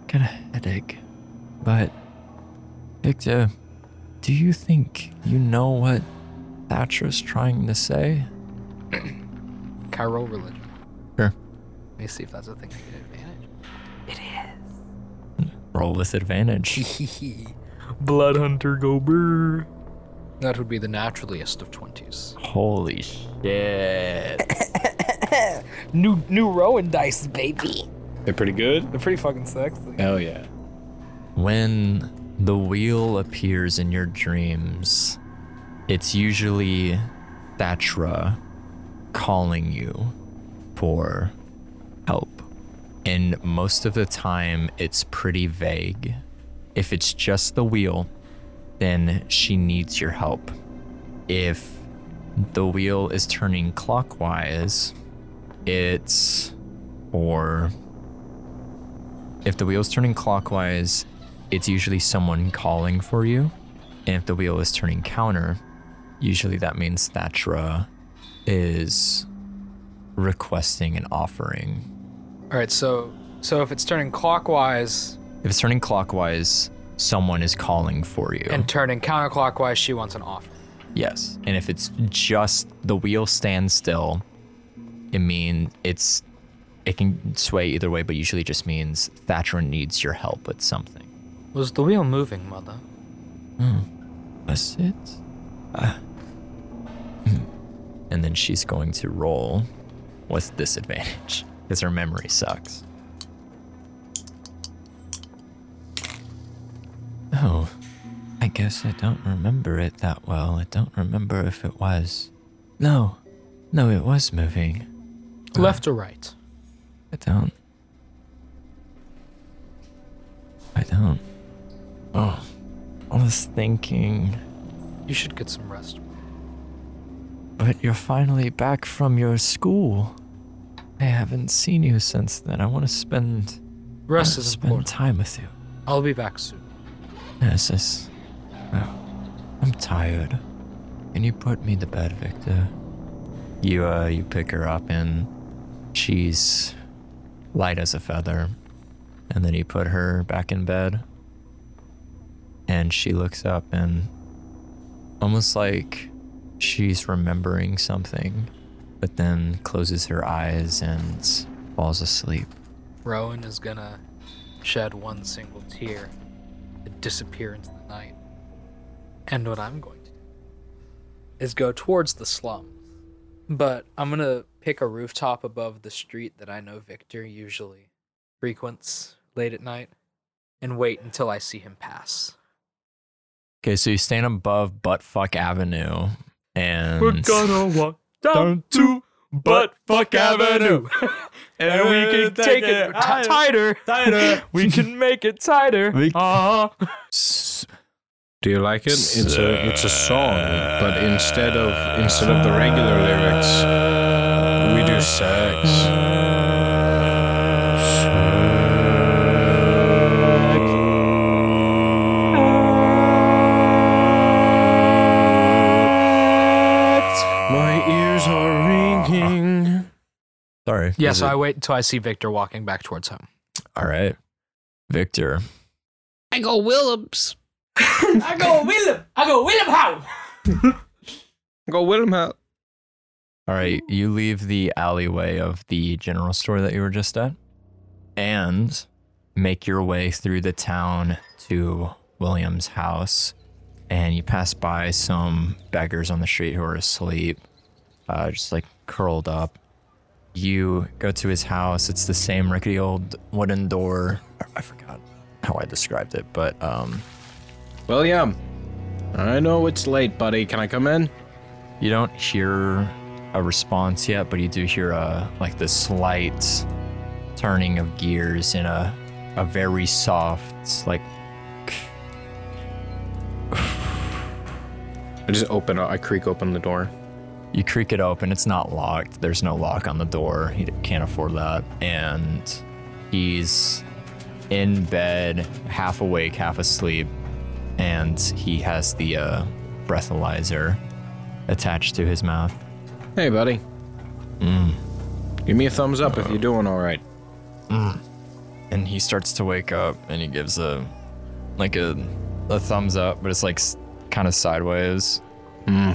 B: got a headache. But, Victor, do you think you know what Thatcher's trying to say?
C: Can I roll religion?
B: Sure.
C: Let me see if that's a thing I get advantage.
B: Roll with advantage.
C: Bloodhunter go brr. That would be the naturaliest of twenties.
B: Holy shit.
C: New new Rowan dice, baby.
E: They're pretty good.
C: They're pretty fucking sexy.
E: Hell yeah.
B: When the wheel appears in your dreams, it's usually Thatra calling you for help. And most of the time, it's pretty vague. If it's just the wheel, then she needs your help. If the wheel is turning clockwise, it's or if the wheel's turning clockwise, it's usually someone calling for you. And if the wheel is turning counter, usually that means Thatra is requesting an offering.
C: All right, so so if it's turning clockwise
B: If it's turning clockwise, someone is calling for you.
C: and turning counterclockwise, she wants an offer.
B: Yes. And if it's just the wheel stands still, it means it's it can sway either way, but usually just means Thatcher needs your help with something.
C: Was the wheel moving, mother?
B: That's it. Ah. Hmm. and then she's going to roll with disadvantage because her memory sucks. Oh, I guess I don't remember it that well. I don't remember if it was. No, no, it was moving.
C: Left or right?
B: I don't. I don't. Oh, I was thinking.
C: You should get some rest.
B: But you're finally back from your school. I haven't seen you since then. I want to spend
C: Rest is
B: spend
C: important.
B: time with you.
C: I'll be back soon.
B: Yes, yes. Oh, I'm tired. Can you put me to bed, Victor? You uh, you pick her up and she's light as a feather, and then you put her back in bed. And she looks up and almost like she's remembering something, but then closes her eyes and falls asleep.
C: Rowan is gonna shed one single tear and disappear into the night. And what I'm going to do
E: is go towards the slums. But I'm gonna pick a rooftop above the street that I know Victor usually frequents late at night and wait until I see him pass.
B: Okay, so you stand above Buttfuck Avenue and
C: We're gonna walk down to Buttfuck Avenue, and we can take it t- tighter.
F: Tighter.
C: We can make it tighter.
B: We-
C: Uh-huh.
B: S-
A: Do you like it? It's a it's a song, but instead of instead of the regular lyrics, we do sex. My ears are ringing.
B: Sorry.
E: Yeah,
B: Is
E: so
B: it-
E: I wait until I see Victor walking back towards home.
B: All right. Victor.
G: I go Williams.
D: I go Willem. I go Willem Howe.
A: Go Willem out.
B: All right, you leave the alleyway of the general store that you were just at and make your way through the town to William's house. And you pass by some beggars on the street who are asleep, uh, just like curled up. You go to his house. It's the same rickety old wooden door. I forgot how I described it, but um,
A: William, I know it's late, buddy. Can I come in?
B: You don't hear a response yet, but you do hear a like the slight turning of gears in a a very soft like
A: I just open. I creak open the door.
B: you creak it open. It's not locked. There's no lock on the door. He can't afford that. And he's in bed, half awake, half asleep, and he has the uh, breathalyzer attached to his mouth.
A: Hey, buddy. Mm. Give me a thumbs up if you're doing all right.
B: and he starts to wake up and he gives a like a a thumbs up but it's like kind of sideways Hmm.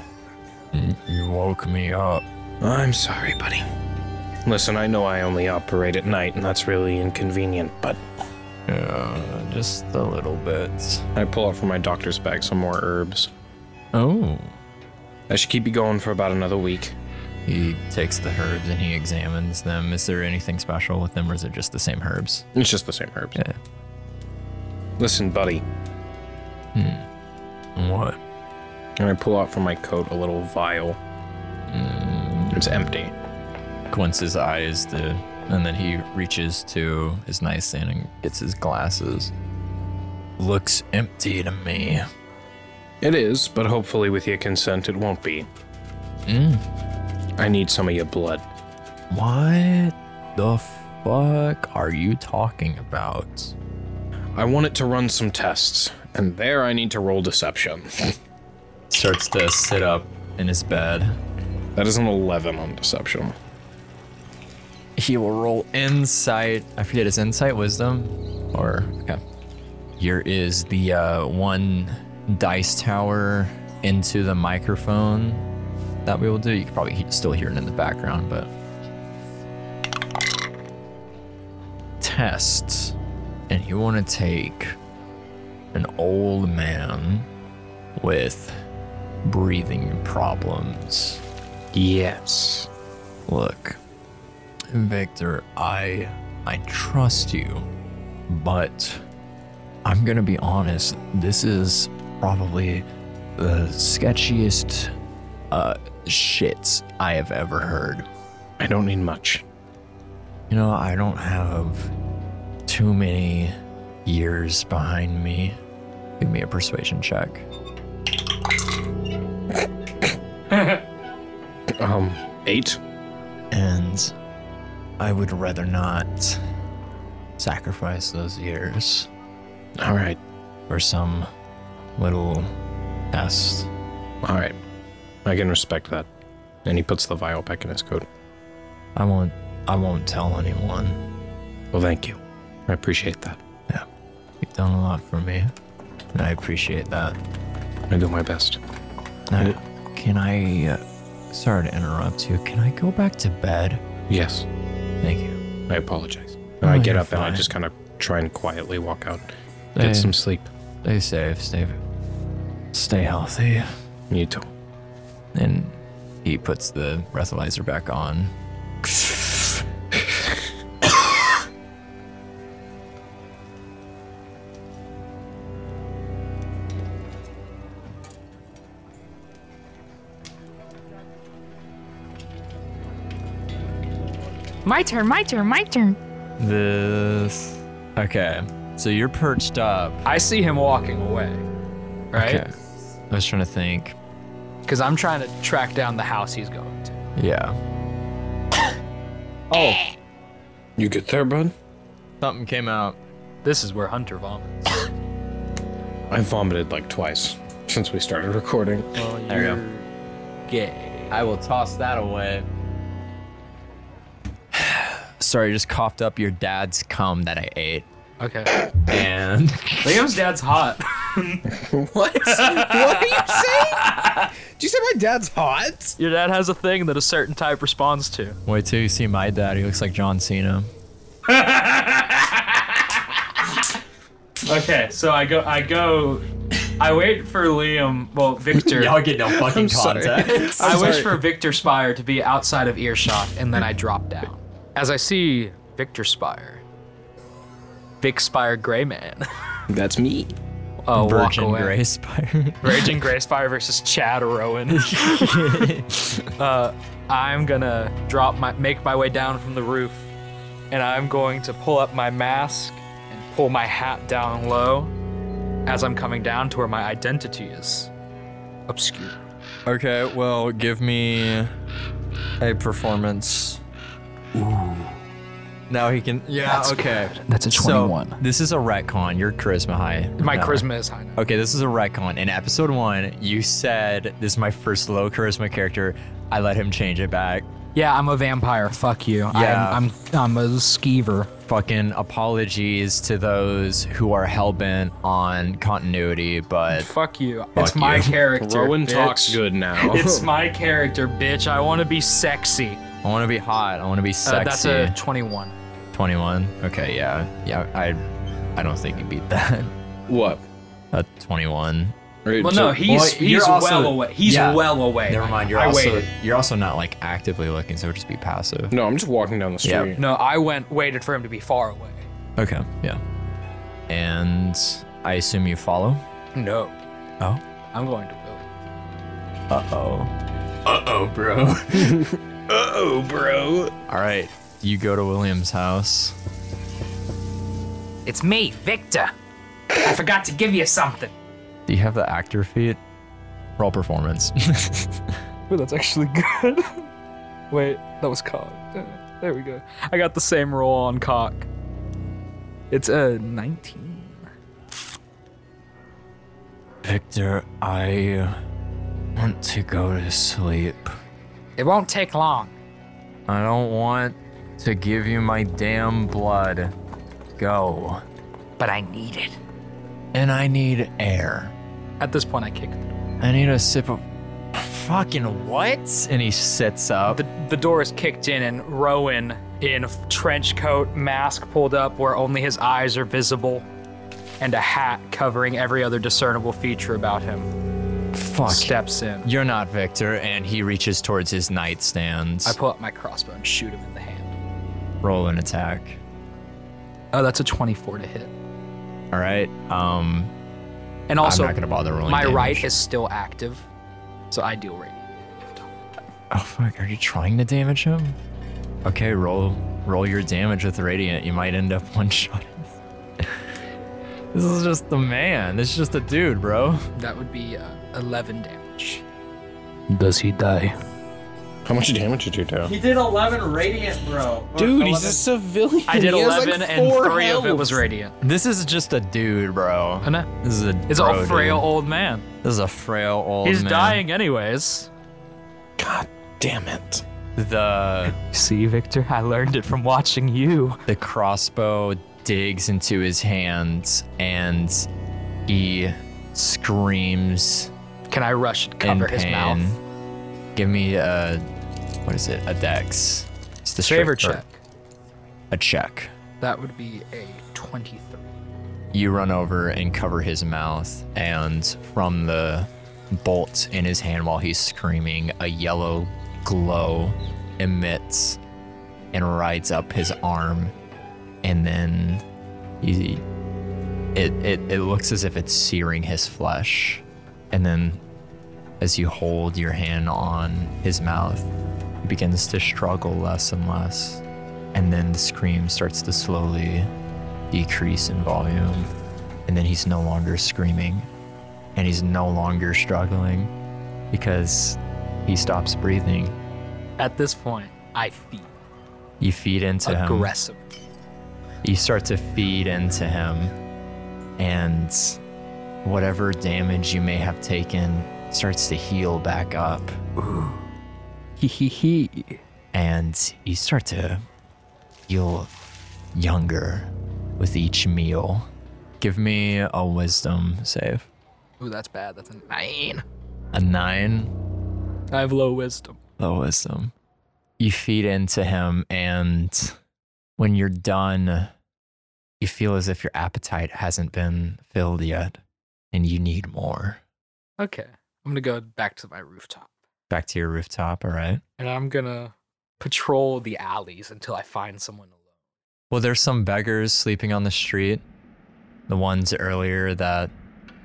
B: you woke me up
A: I'm sorry, buddy. Listen, I know I only operate at night, and that's really inconvenient, but
B: yeah just a little bit
A: I pull out from my doctor's bag some more herbs.
B: oh
A: I should keep you going for about another week.
B: he takes the herbs and he examines them is there anything special with them or is it just the same herbs
A: It's just the same herbs.
B: Yeah.
A: Listen, buddy.
B: what
A: And I pull out from my coat a little vial. Mm. It's empty.
B: quince's eyes to and then he reaches to his nightstand and gets his glasses looks empty to me
A: It is, but hopefully with your consent, it won't be.
B: mm.
A: I need some of your blood.
B: What the fuck are you talking about?
A: I want it to run some tests, and there I need to roll deception.
B: Starts to sit up in his bed.
A: That is an 11 on deception.
B: He will roll insight. I forget his insight, wisdom, or okay. Here is the uh, one dice tower into the microphone that we will do. You can probably he- still hear it in the background, but test, and you want to take an old man with breathing problems.
A: Yes.
B: Look, Victor, I I trust you, but I'm gonna be honest. This is probably the sketchiest uh, shits I have ever heard.
A: I don't need much.
B: You know, I don't have too many years behind me. Give me a persuasion check.
A: Um, eight?
B: and I would rather not sacrifice those years
A: All right.
B: for some little test.
A: All right. I can respect that. And he puts the vial back in his coat.
B: I won't. I won't tell anyone.
A: Well, thank you. I appreciate that.
B: You've done a lot for me, and I appreciate that.
A: I do my best.
B: Now, can I? Uh, sorry to interrupt you. Can I go back to bed?
A: Yes.
B: Thank you.
A: I apologize.
B: Oh,
A: I get
B: you're
A: up and
B: fine.
A: I just kind of try and quietly walk out. Get
B: Hey.
A: some sleep.
B: Stay safe. Stay. Stay healthy.
A: You too.
B: and he puts the breathalyzer back on.
F: My turn, my turn, my turn.
B: This. Okay. So you're perched up.
C: I see him walking away, right?
B: Okay. I was trying to think.
C: Because I'm trying to track down the house he's going to.
B: Yeah.
C: Oh,
A: You get there, bud?
B: Something came out.
C: this is where Hunter vomits.
A: I vomited like twice since we started recording.
B: There you go.
C: Gay.
B: I will toss that away. Sorry, I just coughed up your dad's cum that I ate.
C: Okay.
B: And
C: Liam's dad's hot.
A: What? what are you saying? Did you say my dad's hot?
C: Your dad has a thing that a certain type responds to.
B: wait till you see my dad. He looks like John Cena.
H: Okay, so I go, I go, I wait for Liam, well, Victor.
B: get no fucking contact.
C: i wish for Victor Spire to be outside of earshot, and then I drop down. As I see Victor Spire, Vic Spire Gray Man,
A: That's me.
C: uh, walk
B: Virgin
C: away.
B: Grey Spire.
C: Raging Gray Spire versus Chad Rowan. uh, I'm gonna drop my, make my way down from the roof, and I'm going to pull up my mask and pull my hat down low as I'm coming down to where my identity is obscure.
B: Okay, well, give me a performance. Ooh. Now he can. Yeah, okay.
C: That's a
B: So, this is a retcon. Your charisma high.
C: my
B: No.
C: charisma is high now.
B: Okay, this is a retcon. In episode one, you said this is my first low charisma character. I let him change it back.
C: Yeah, I'm a vampire. Fuck you.
B: Yeah.
C: I'm, I'm I'm a skeever.
B: Fucking apologies to those who are hellbent on continuity, but
C: Fuck you. it's
B: Fuck
C: my
B: you.
C: character.
A: Rowan
C: bitch.
A: talks good now.
C: It's my character, bitch. I want to be sexy.
B: I want to be hot. I want to be sexy.
C: Uh, that's a 21.
B: 21. Okay, yeah, yeah. I, I don't think you beat that.
A: what?
B: A 21.
A: Right,
C: Well,
A: so-
C: no, he's
B: Well, you're
C: he's
B: also-
C: well away. He's
B: yeah.
C: well away.
B: Never mind. You're
C: I
B: also
C: waited.
B: you're also not like actively looking, so it would just be passive.
A: No, I'm just walking down the street.
B: Yeah.
C: No, I went waited for him to be far away.
B: Okay. Yeah. And I assume you follow.
C: No,
B: Oh.
C: I'm going to go.
B: Uh oh. Uh oh, bro. uh oh, bro. All right. You go to William's house.
I: It's me, Victor. I forgot to give you something.
B: Do you have the actor feat? Roll performance.
C: Ooh, that's actually good. Wait, that was cock. Uh, There we go. I got the same roll on cock. It's uh, a 19.
B: Victor, I want to go to sleep.
I: It won't take long.
B: I don't want to give you my damn blood. Go.
I: But I need it.
B: And I need air.
C: At this point, I kick. The,
B: I need a sip of. Fucking what? And he sits up.
C: the, the door is kicked in, and Rowan, in f- trench coat, mask pulled up where only his eyes are visible, and a hat covering every other discernible feature about him,
B: Fuck.
C: steps in.
B: You're not Victor, and he reaches towards his nightstand.
C: I pull up my crossbow and shoot him in the hand.
B: roll an attack.
C: Oh, that's a 24 to hit.
B: All right. Um,
C: And also,
B: I'm not gonna bother rolling.
C: my
B: damage.
C: right is still active, so I deal radiant.
B: Oh fuck! Are you trying to damage him? Okay, roll roll your damage with radiant. You might end up one shot. this is just the man. This is just a dude, bro.
C: That would be uh, 11 damage.
A: How much damage did you do?
I: He did 11 radiant, bro.
A: Dude, he's a civilian.
C: I did
A: He has, like,
C: 11, and
A: four
C: three of it
A: health.
C: was radiant.
B: This is just a dude, bro.
C: I know.
B: This is a
C: He's
B: bro,
C: a frail
B: dude.
C: old man.
B: This is a frail old.
C: He's
B: man.
C: dying anyways.
A: God damn it.
B: The
C: See, Victor, I learned it from watching you.
B: the crossbow digs into his hand and he screams
C: Can I rush and
B: in
C: cover
B: pain.
C: his mouth?
B: Give me a what is it? A dex. It's the
C: Favor
B: straight- or
C: check.
B: A check.
C: That would be a 23.
B: You run over and cover his mouth, and from the bolt in his hand while he's screaming. A yellow glow emits and rides up his arm, and then he, it, it, it looks as if it's searing his flesh. And then, as you hold your hand on his mouth, he begins to struggle less and less. And then the scream starts to slowly decrease in volume. And then he's no longer screaming and he's no longer struggling because he stops breathing.
C: At this point, I feed
B: You feed into him.
C: aggressive.
B: you start to feed into him and whatever damage you may have taken starts to heal back up
C: Hee hee hee.
B: and you start to feel younger with each meal give me a wisdom save
C: Ooh, that's bad. That's a nine.
B: a nine
C: I have low wisdom.
B: the wisdom. You feed into him, and when you're done, you feel as if your appetite hasn't been filled yet, and you need more.
C: Okay. I'm gonna go back to my rooftop.
B: Back to your rooftop, all right?
C: And I'm gonna patrol the alleys until I find someone alone.
B: Well, there's some beggars sleeping on the street. The ones earlier that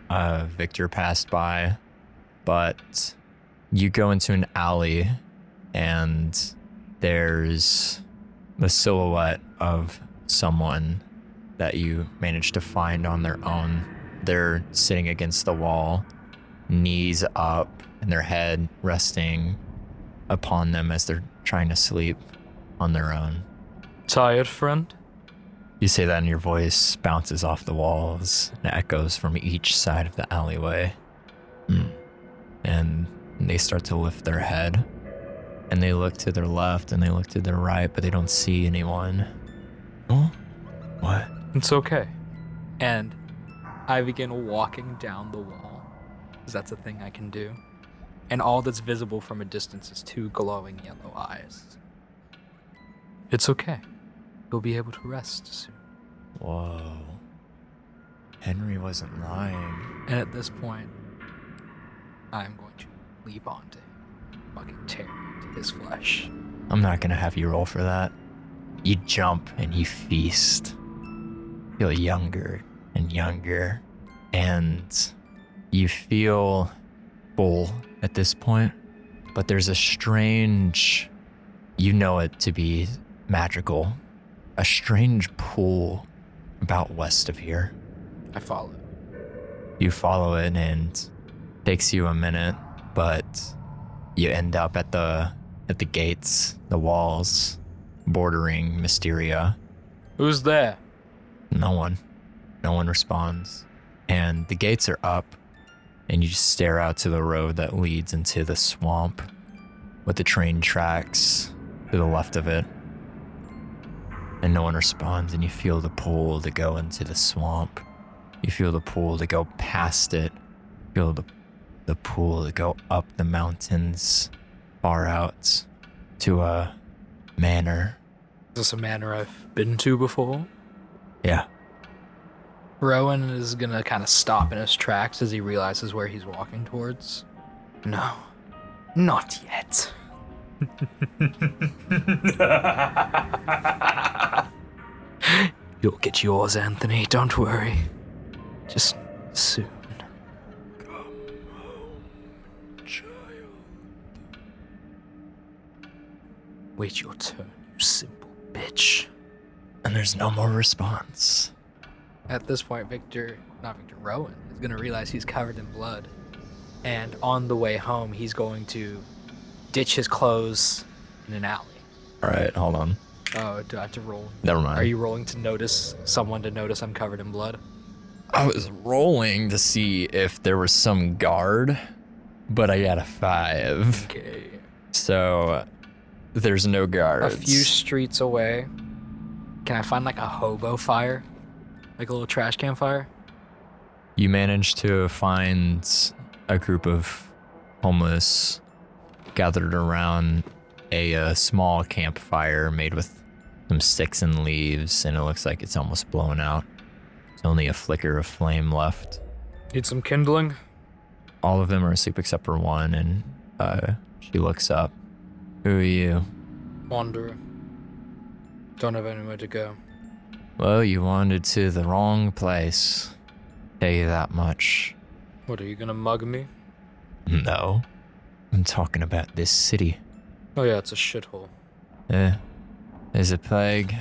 B: uh, Victor passed by. But you go into an alley and there's the silhouette of someone that you managed to find on their own. They're sitting against the wall, knees up, and their head resting upon them as they're trying to sleep on their own.
C: Tired friend?
B: You say that, and your voice bounces off the walls and echoes from each side of the alleyway. Hmm. And they start to lift their head. And they look to their left and they look to their right, but they don't see anyone. Huh? What?
C: It's okay. And I begin walking down the wall. 'cause that's a thing I can do. And all that's visible from a distance is two glowing yellow eyes. It's okay. You'll be able to rest soon.
B: Whoa. Henry wasn't lying.
C: And at this point, I'm going to leap onto him, fucking tear into his flesh.
B: I'm not gonna have you roll for that. You jump and you feast. Feel younger and younger. And you feel full at this point. But there's a strange, you know it to be magical, a strange pool about west of here.
C: I follow.
B: You follow it and takes you a minute, but you end up at the at the gates, the walls, bordering Mysteria.
J: Who's there?
B: No one. No one responds. And the gates are up, and you just stare out to the road that leads into the swamp with the train tracks to the left of it. And no one responds, and you feel the pull to go into the swamp. You feel the pull to go past it. You feel the, the pull to go up the mountains, far out to a manor.
C: Is this a manor I've been to before?
B: Yeah.
C: Rowan is gonna kind of stop in his tracks as he realizes where he's walking towards. No, not yet. You'll get yours, Anthony, don't worry. Just soon. Wait your turn, you simple bitch.
B: And there's no more response.
C: At this point, Victor, not Victor, Rowan, is going to realize he's covered in blood. And on the way home, he's going to ditch his clothes in an alley.
B: All right, hold on.
C: Oh, do I have to roll?
B: Never mind.
C: Are you rolling to notice someone to notice I'm covered in blood?
B: I was rolling to see if there was some guard, but I got a five.
C: Okay.
B: So there's no
C: A
B: guards.
C: few streets away, can I find like a hobo fire? Like a little trash can fire?
B: you managed to find a group of homeless gathered around a, uh small campfire made with some sticks and leaves, and it looks like it's almost blown out. There's only a flicker of flame left.
J: Need some kindling?
B: all of them are asleep except for one, and uh, she looks up. Who are you?
C: Wanderer. Don't have anywhere to go.
B: Well, you wandered to the wrong place. Tell you that much.
C: What, are you gonna mug me?
B: No. I'm talking about this city.
C: Oh, yeah, it's a shithole.
B: Yeah. There's a plague.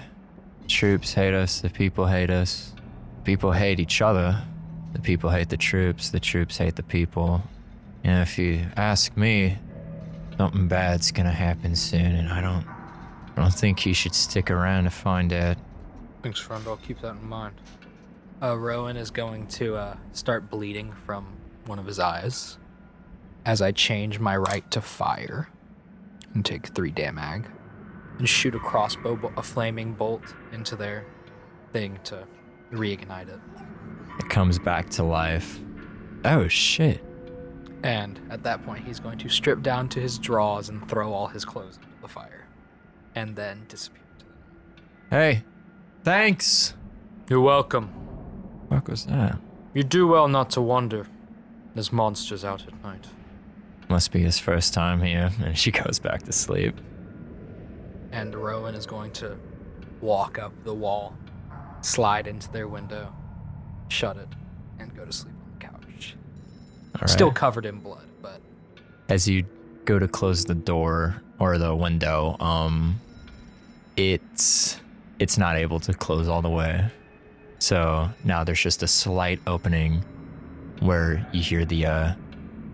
B: Troops hate us. The people hate us. People hate each other. The people hate the troops. The troops hate the people. And if you ask me, something bad's gonna happen soon, and I don't, I don't think you should stick around to find out.
C: Thanks, friend. I'll keep that in mind. Uh, Rowan is going to uh, start bleeding from one of his eyes as I change my right to fire and take three damag and shoot a crossbow, bo- a flaming bolt into their thing to reignite it.
B: It comes back to life. Oh shit!
C: And at that point, he's going to strip down to his drawers and throw all his clothes into the fire and then disappear. into the-
B: Hey, thanks.
C: You're welcome.
B: What was that?
C: You do well not to wander. There's monsters out at night.
B: Must be his first time here, and she goes back to sleep.
C: And Rowan is going to walk up the wall, slide into their window, shut it, and go to sleep on the couch.
B: All right.
C: Still covered in blood, but
B: as you go to close the door or the window, um, it's it's not able to close all the way. So now there's just a slight opening where you hear the uh,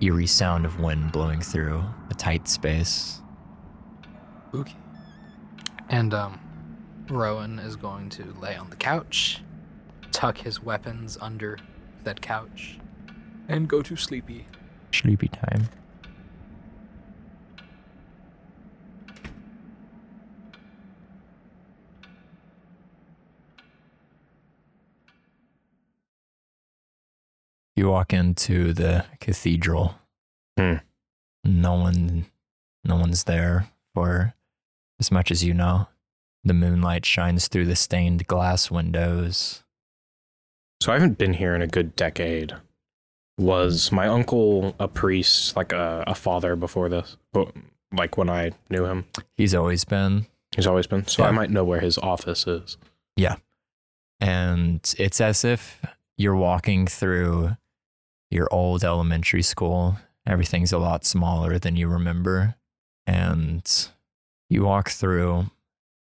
B: eerie sound of wind blowing through a tight space.
C: spooky. And um, Rowan is going to lay on the couch, tuck his weapons under that couch, and go to sleepy.
B: Sleepy time. You walk into the cathedral.
A: Hmm.
B: No one, no one's there for as much as you know. The moonlight shines through the stained glass windows.
A: So I haven't been here in a good decade. Was my uncle a priest, like a, a father before this? But like when I knew him,
B: He's always been
A: he's always been. So I
B: Yeah.
A: might know where his office is.
B: and it's as if you're walking through your old elementary school. Everything's a lot smaller than you remember. And you walk through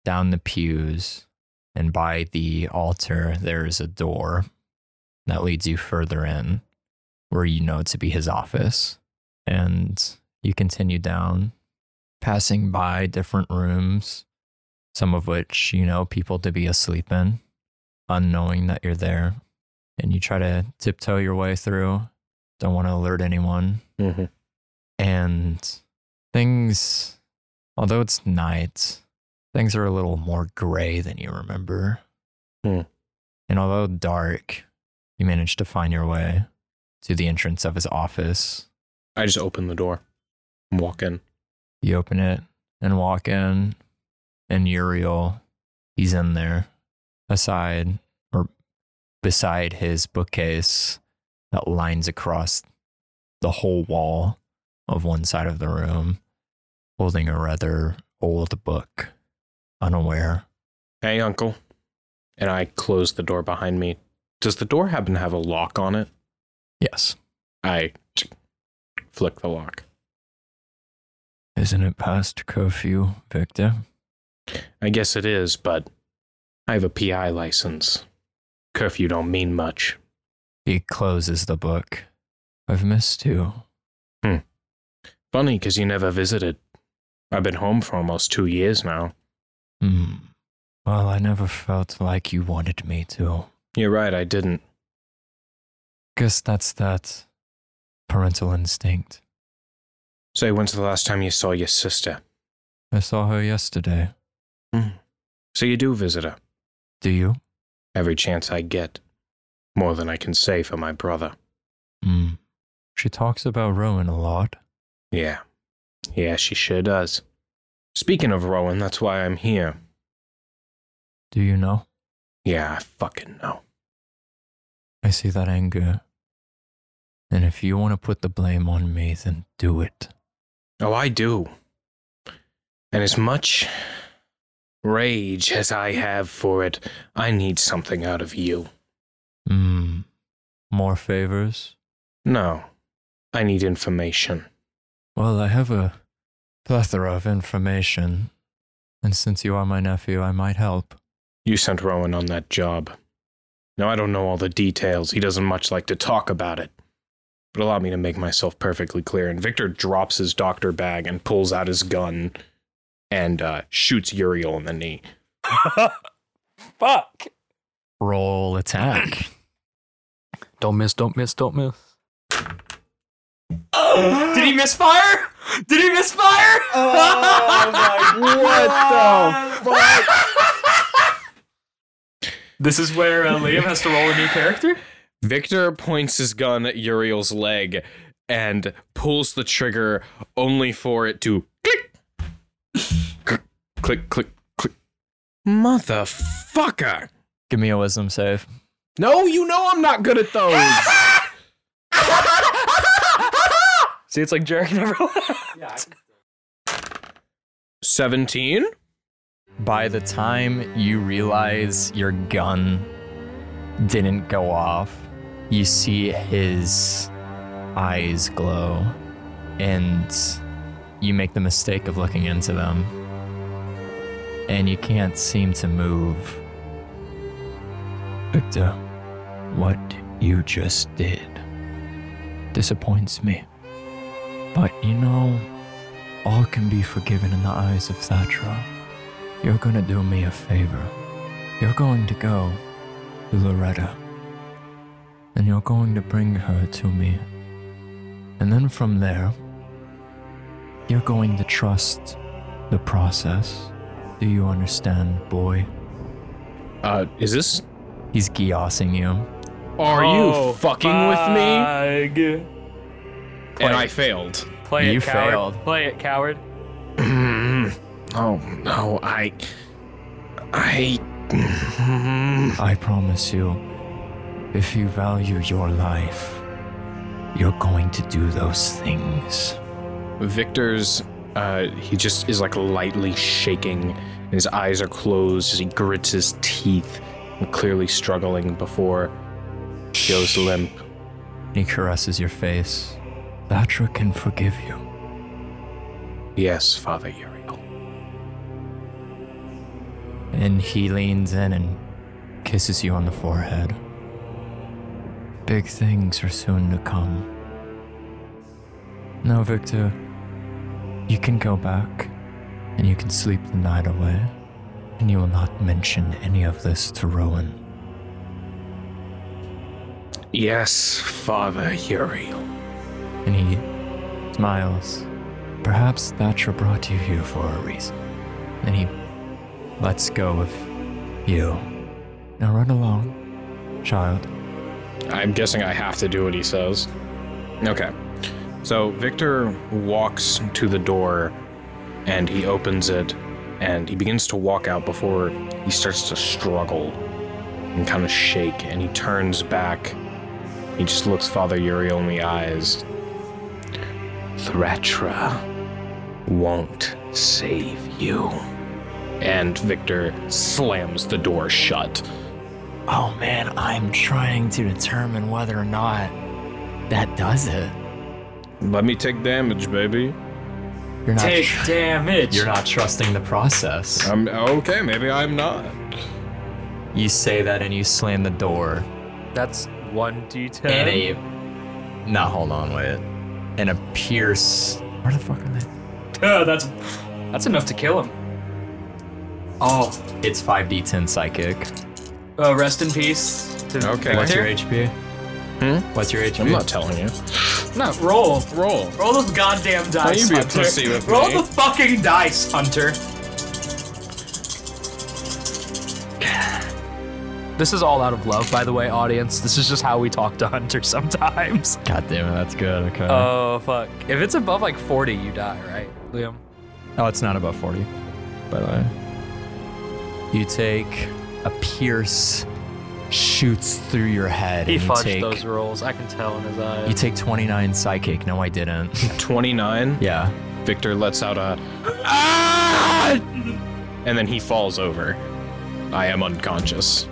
B: down the pews, and by the altar, there is a door that leads you further in where you know to be his office. And you continue down, passing by different rooms, some of which you know people to be asleep in unknowing that you're there and you try to tiptoe your way through. Don't want to alert anyone.
A: Mm-hmm.
B: And things, although it's night, things are a little more gray than you remember.
A: Hmm.
B: And although dark, you manage to find your way to the entrance of his office.
A: I just open the door and walk in.
B: You open it and walk in, and Uriel, he's in there, aside or beside his bookcase that lines across the whole wall of one side of the room, holding a rather old book, unaware.
A: Hey, uncle. And I close the door behind me. Does the door happen to have a lock on it?
B: Yes.
A: I flick the lock.
B: Isn't it past curfew, Victor?
A: I guess it is, but I have a PI license. Curfew don't mean much.
B: He closes the book. I've missed you.
A: Funny, 'cause you never visited. I've been home for almost two years now.
B: Hmm. Well, I never felt like you wanted me to.
A: You're right, I didn't.
B: Guess that's that parental instinct.
A: Say, when's the last time you saw your sister?
B: I saw her yesterday.
A: So you do visit her
B: Do you?
A: every chance I get. More than I can say for my brother.
B: Hmm. She talks about Rowan a lot.
A: Yeah. Yeah, she sure does. Speaking of Rowan, that's why I'm here.
B: Do you know?
A: Yeah, I fucking know.
B: I see that anger. And if you want to put the blame on me, then do it.
A: Oh, I do. And as much rage as I have for it, I need something out of you.
B: Hmm. More favors?
A: No, I need information.
B: Well, I have a plethora of information. And since you are my nephew, I might help.
A: You sent Rowan on that job. Now, I don't know all the details. He doesn't much like to talk about it. But allow me to make myself perfectly clear. And Victor drops his doctor bag and pulls out his gun and uh, shoots Uriel in the knee.
C: Fuck.
B: Roll attack.
E: Don't miss, don't miss, don't miss.
C: Did he misfire? Did he misfire?
K: This is where uh, Liam has to roll a new character.
A: Victor points his gun at Uriel's leg and pulls the trigger, only for it to click, click, click, click, click. Motherfucker!
B: Give me a wisdom save.
A: No, you know I'm not good at those.
C: See, it's like Jarek never
A: Seventeen.
B: By the time you realize your gun didn't go off, you see his eyes glow and you make the mistake of looking into them. And you can't seem to move. Victor, what you just did disappoints me. But you know, all can be forgiven in the eyes of Thatra. You're gonna do me a favor. You're going to go to Loretta. And you're going to bring her to me. And then from there, you're going to trust the process. Do you understand, boy?
A: Uh, is this?
B: He's geossing you.
A: Are
C: Oh,
K: Oh,
A: you fucking with
C: with me?
A: me? And I failed.
C: Play
B: You
C: it, coward.
B: failed.
C: Play it, coward.
A: oh no, I, I.
B: I promise you, if you value your life, you're going to do those things.
A: Victor's, uh, he just is like lightly shaking, and his eyes are closed as he grits his teeth, and clearly struggling before he goes limp.
B: He caresses your face. Thatra can forgive you.
A: Yes, Father Uriel.
B: And he leans in and kisses you on the forehead. Big things are soon to come. Now, Victor, you can go back and you can sleep the night away, and you will not mention any of this to Rowan.
A: Yes, Father Uriel.
B: And he smiles. Perhaps Thatcher brought you here for a reason. And he lets go of you. Now run along, child.
A: I'm guessing I have to do what he says. Okay. So Victor walks to the door and he opens it and he begins to walk out before he starts to struggle and kind of shake and he turns back. He just looks Father Uriel in the eyes. Thratra won't save you. And Victor slams the door shut.
B: Oh man, I'm trying to determine whether or not that does it.
A: Let me take damage, baby.
B: You're not
C: Take
B: tr-
C: damage.
B: you're not trusting the process.
A: I'm okay, maybe I'm not.
B: You say that and you slam the door.
E: That's
C: one D10.
B: And a Nah, hold on, wait. And a pierce Where the fuck are they?
C: Oh, that's that's enough to kill him.
E: oh,
B: It's 5d10 psychic.
C: Uh, rest in peace. To
A: Okay.
B: What's your
C: Victor.
B: HP?
A: Hmm?
B: What's your HP?
A: I'm not telling you.
C: No, roll.
A: Roll.
C: Roll those goddamn dice,
A: be a
C: Hunter.
A: pussy with
C: roll
A: me.
C: the fucking dice, Hunter.
E: this is all out of love, by the way, audience. This is just how we talk to Hunter sometimes.
B: God damn it, that's good. Okay.
C: Uh,
E: Oh fuck! If it's above like 40, you die, right, Liam?
B: oh, it's not above 40, by the way. You take a pierce shoots through your head.
C: He
B: and you
C: fudged
B: take,
C: those rolls. I can tell in his eyes.
B: You take 29 psychic. No, I didn't.
A: 29.
B: yeah.
A: Victor lets out a. "Ah!" And then he falls over. I am unconscious.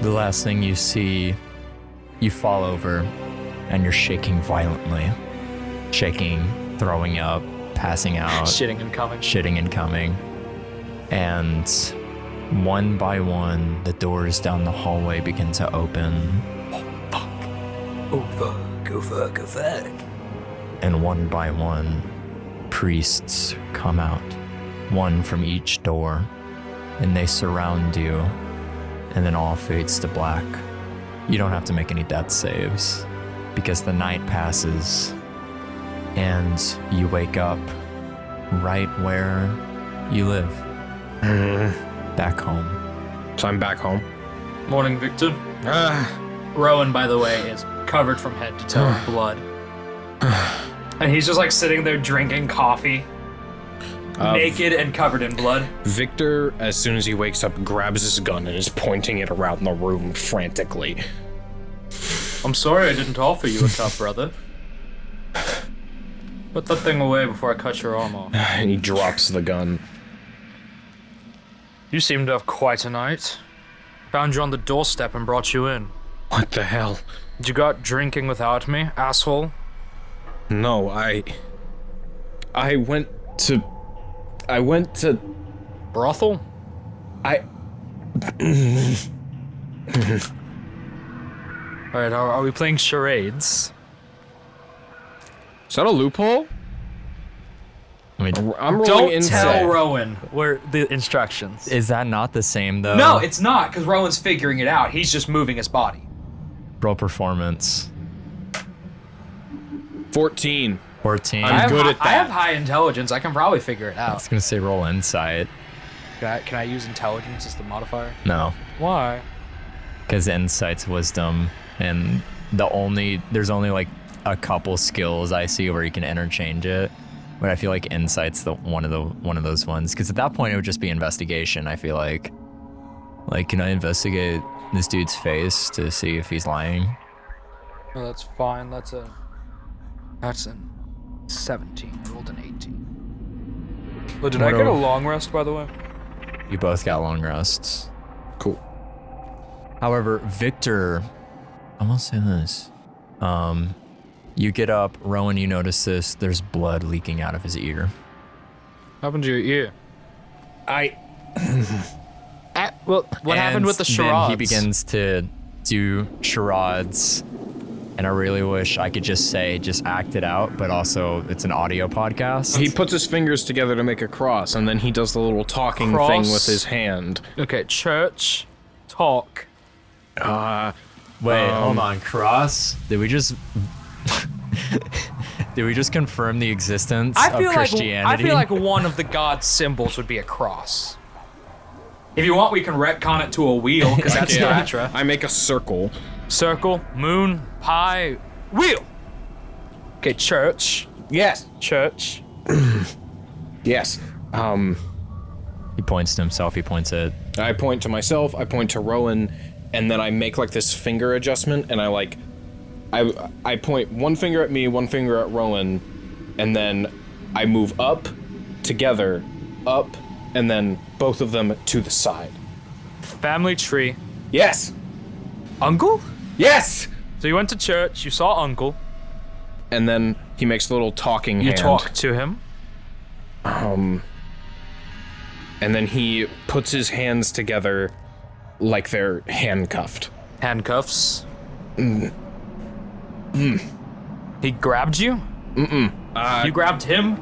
B: The last thing you see, you fall over and you're shaking violently. Shaking, throwing up, passing out.
C: Shitting and coming.
B: shitting and coming. And one by one, the doors down the hallway begin to open. Oh, fuck. Oh, fuck. Oh, fuck. Oh, fuck. And one by one, priests come out, one from each door, and they surround you, and then all fades to black. You don't have to make any death saves because the night passes and you wake up right where you live.
C: Mm-hmm.
B: Back home.
A: So I'm back home.
K: Morning, Victor.
A: Ah,
C: Rowan, by the way, is covered from head to toe in blood. And he's just like sitting there drinking coffee,
A: uh,
C: naked and covered in blood.
A: Victor, as soon as he wakes up, grabs his gun and is pointing it around the room frantically.
K: I'm sorry I didn't offer you a cup, brother. Put that thing away before I cut your arm off.
A: And he drops the gun.
K: You seem to have quite a night.
C: Found you on the doorstep and brought you in.
A: What the hell?
C: You got drinking without me, asshole.
A: No, I. I went to. I went to.
C: Brothel?
A: I.
C: Alright, are, are we playing charades?
A: Is that a loophole?
B: I mean,
A: I'm rolling
C: Don't
A: insight.
C: tell Rowan where the instructions.
B: is that not the same though?
C: no, it's not, because Rowan's figuring it out. He's just moving his body.
B: Roll performance.
A: 14.
B: 14.
A: I'm
C: I have
A: good
C: hi-
A: at that.
C: I have high intelligence. I can probably figure it
B: I
C: out.
B: was gonna say roll insight.
E: Can I, can I use intelligence as the modifier?
B: No,
C: Why?
B: because insight's wisdom, and the only there's only like a couple skills I see where you can interchange it. But I feel like insight's the one of the one of those ones because at that point it would just be investigation. I feel like, like can I investigate this dude's face to see if he's lying?
E: No, that's fine. That's a. That's an 17. Rolled an 18. Well, did I
B: What
E: get
B: a-
E: a long rest, by the way?
B: You both got long rests.
A: Cool.
B: However, Victor, I won't say this. Um, you get up, Rowan. You notice this. There's blood leaking out of his ear.
K: Happened to your ear.
A: I.
C: well, what happened
B: And
C: with the
B: Then
C: charades?
B: he begins to do charades, and I really wish I could just say just act it out, but also it's an audio podcast.
A: He puts his fingers together to make a cross, and then he does the little talking thing with
C: Cross.
A: his hand.
C: Okay, church, talk.
A: Uh,
B: Wait, hold on. Cross? Did we just? Did we just confirm the existence
C: I feel
B: of
C: like
B: Christianity?
C: I feel like one of the god symbols would be a cross. If you want, we can retcon it to a wheel because that's
A: yeah.
C: Sumatra.
A: I make a circle.
C: Circle, moon, pie, wheel. Okay, church,
A: Yes.
C: church.
A: Yes. Um,
B: He points to himself. He points at.
A: I point to myself, I point to Rowan, and then I make like this finger adjustment, and I like. I, I point one finger at me, one finger at Rowan, and then I move up, together, up, and then both of them to the side.
C: Family tree.
A: Yes!
C: Uncle?
A: Yes!
C: So you went to church, you saw uncle,
A: And then he makes the little talking
C: you
A: hand.
C: talked to him.
A: and then he puts his hands together like they're handcuffed.
C: Handcuffs. He grabbed you? Mm-mm.
K: Uh,
C: you grabbed him?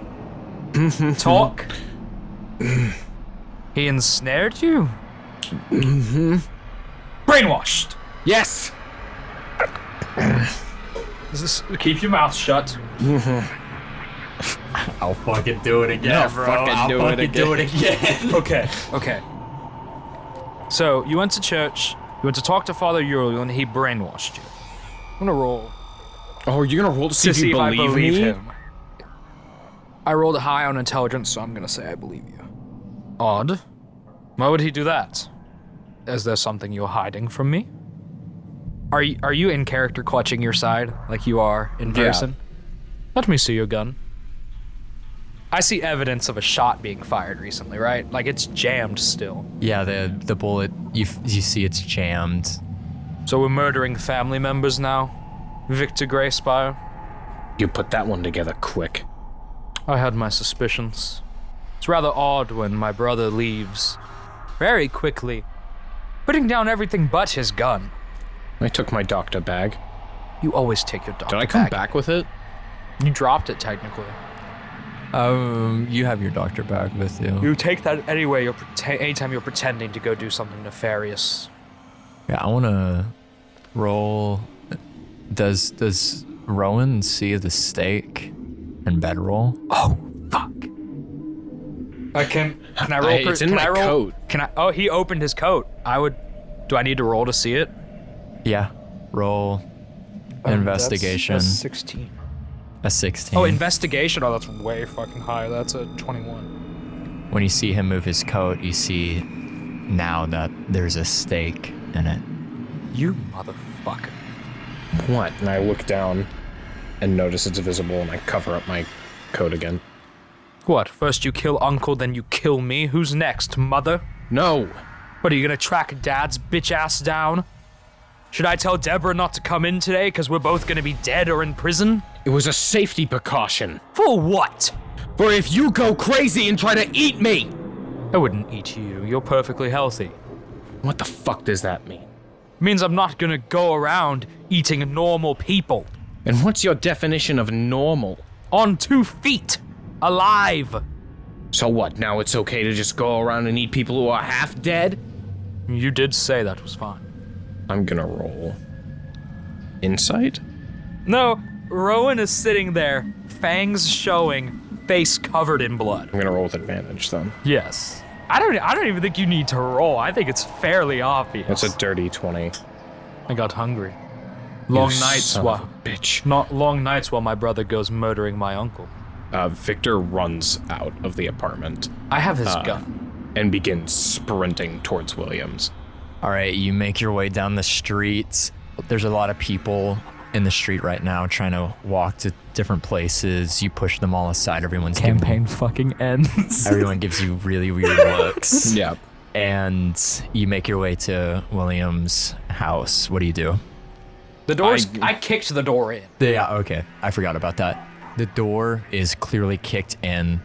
C: Talk? he ensnared you? Brainwashed.
A: Yes!
K: Keep your mouth shut.
B: I'll fucking do it again,
A: bro. I'll fucking do it
B: again.
C: Okay. Okay. So you went to church, you went to talk to Father Uriel, and he brainwashed you.
E: I'm gonna roll.
A: Oh, you're gonna roll to see,
C: To see if I believe
A: me?
C: him.
E: I rolled high on intelligence, so I'm gonna say I believe you.
C: Odd. Why would he do that?
E: Is there something you're hiding from me? Are you, are you in character clutching your side like you are in person? Let me see your gun. I see evidence of a shot being fired recently, right? Like it's jammed still.
B: Yeah, the the bullet you f- you see it's jammed.
E: So we're murdering family members now? Victor Grayspire?
A: You put that one together quick.
E: I had my suspicions. It's rather odd when my brother leaves. Very quickly. Putting down everything but his gun.
A: I took my doctor bag.
E: You always take your dog.
A: Did I come back with it?
E: You dropped it technically.
B: Um, you have your doctor bag with you.
E: You take that anyway. You're prete- anytime you're pretending to go do something nefarious.
B: Yeah, I wanna roll. Does does Rowan see the stake and bedroll?
E: Oh fuck! I can. Can I roll?
A: I- it's in
E: can
A: my
E: I roll,
A: coat.
E: Can I? Oh, he opened his coat. I would. Do I need to roll to see it?
B: Yeah, roll investigation.
C: Sixteen.
B: a sixteen.
E: Oh, investigation. Oh, that's way fucking high. That's a twenty-one.
B: when you see him move his coat, you see now that there's a stake in it.
E: You motherfucker!
A: What? And I look down and notice it's visible and I cover up my coat again.
E: What? First you kill uncle, then you kill me. Who's next, mother?
A: No!
E: What are you gonna track dad's bitch ass down? Should I tell Deborah not to come in today because we're both gonna be dead or in prison?
A: It was a safety precaution.
E: For what?
A: For if you go crazy and try to eat me!
E: I wouldn't eat you. You're perfectly healthy.
A: What the fuck does that mean?
E: Means I'm not gonna go around eating normal people.
A: And what's your definition of normal?
E: On two feet. Alive.
A: So what, now it's okay to just go around and eat people who are half dead?
E: You did say that was fine.
A: I'm gonna roll. Insight?
E: No, Rowan is sitting there, fangs showing, face covered in blood.
A: I'm gonna roll with advantage then.
E: Yes. I don't I don't even think you need to roll. I think it's fairly obvious.
A: That's a dirty 20.
E: I got hungry. Long
A: You
E: nights
A: son of
E: while
A: a bitch.
E: not long nights while my brother goes murdering my uncle.
A: Uh, Victor runs out of the apartment
E: I have
A: Uh,
E: his gun.
A: and begins sprinting towards Williams.
B: All right, you make your way down the streets. There's a lot of people in the street right now trying to walk to different places. You push them all aside. Everyone's giving-
E: fucking ends.
B: everyone gives you really weird looks.
A: Yeah.
B: And you make your way to William's house. What do you do?
C: The doors. I, kicked the door in.
B: Yeah, okay. I forgot about that. The door is clearly kicked in.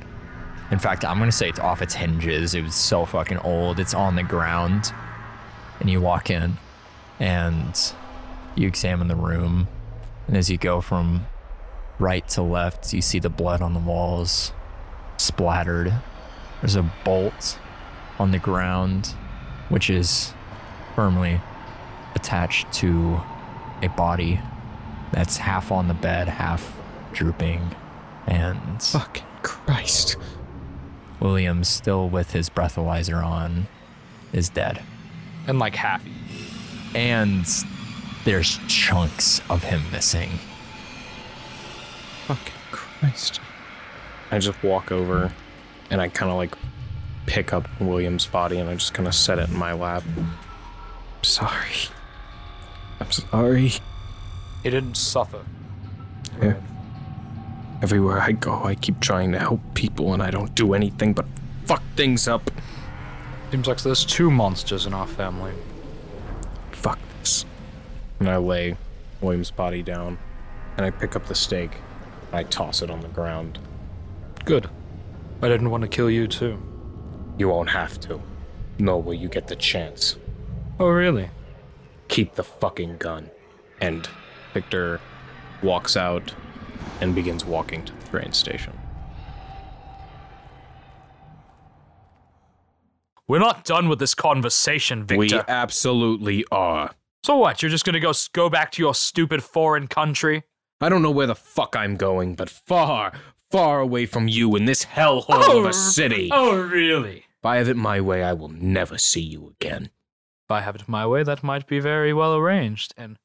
B: In fact, I'm going to say it's off its hinges. It was so fucking old. It's on the ground. And you walk in and you examine the room. And as you go from right to left, you see the blood on the walls splattered. There's a bolt on the ground, which is firmly attached to a body that's half on the bed, half drooping, and
A: Fucking Christ.
B: William, still with his breathalyzer on, is dead.
E: And like happy.
B: And there's chunks of him missing.
A: Fucking Christ. I just walk over and I kind of like pick up William's body and I just kind of set it in my lap. I'm sorry. I'm sorry.
E: He didn't suffer.
A: Everywhere I go, I keep trying to help people and I don't do anything but fuck things up.
E: Seems like there's two monsters in our family.
A: Fuck this. And I lay William's body down and I pick up the stake and I toss it on the ground.
E: Good. I didn't want to kill you too.
A: You won't have to. Nor will you get the chance.
E: Oh really?
A: keep the fucking gun. And Victor walks out and begins walking to the train station.
E: We're not done with this conversation, Victor.
A: We absolutely are.
E: so what? You're just gonna go s- go back to your stupid foreign country?
A: I don't know where the fuck I'm going, but far, far away from you in this hellhole of a city.
E: Oh really?
A: If I have it my way, I will never see you again.
E: If I have it my way, that might be very well arranged. And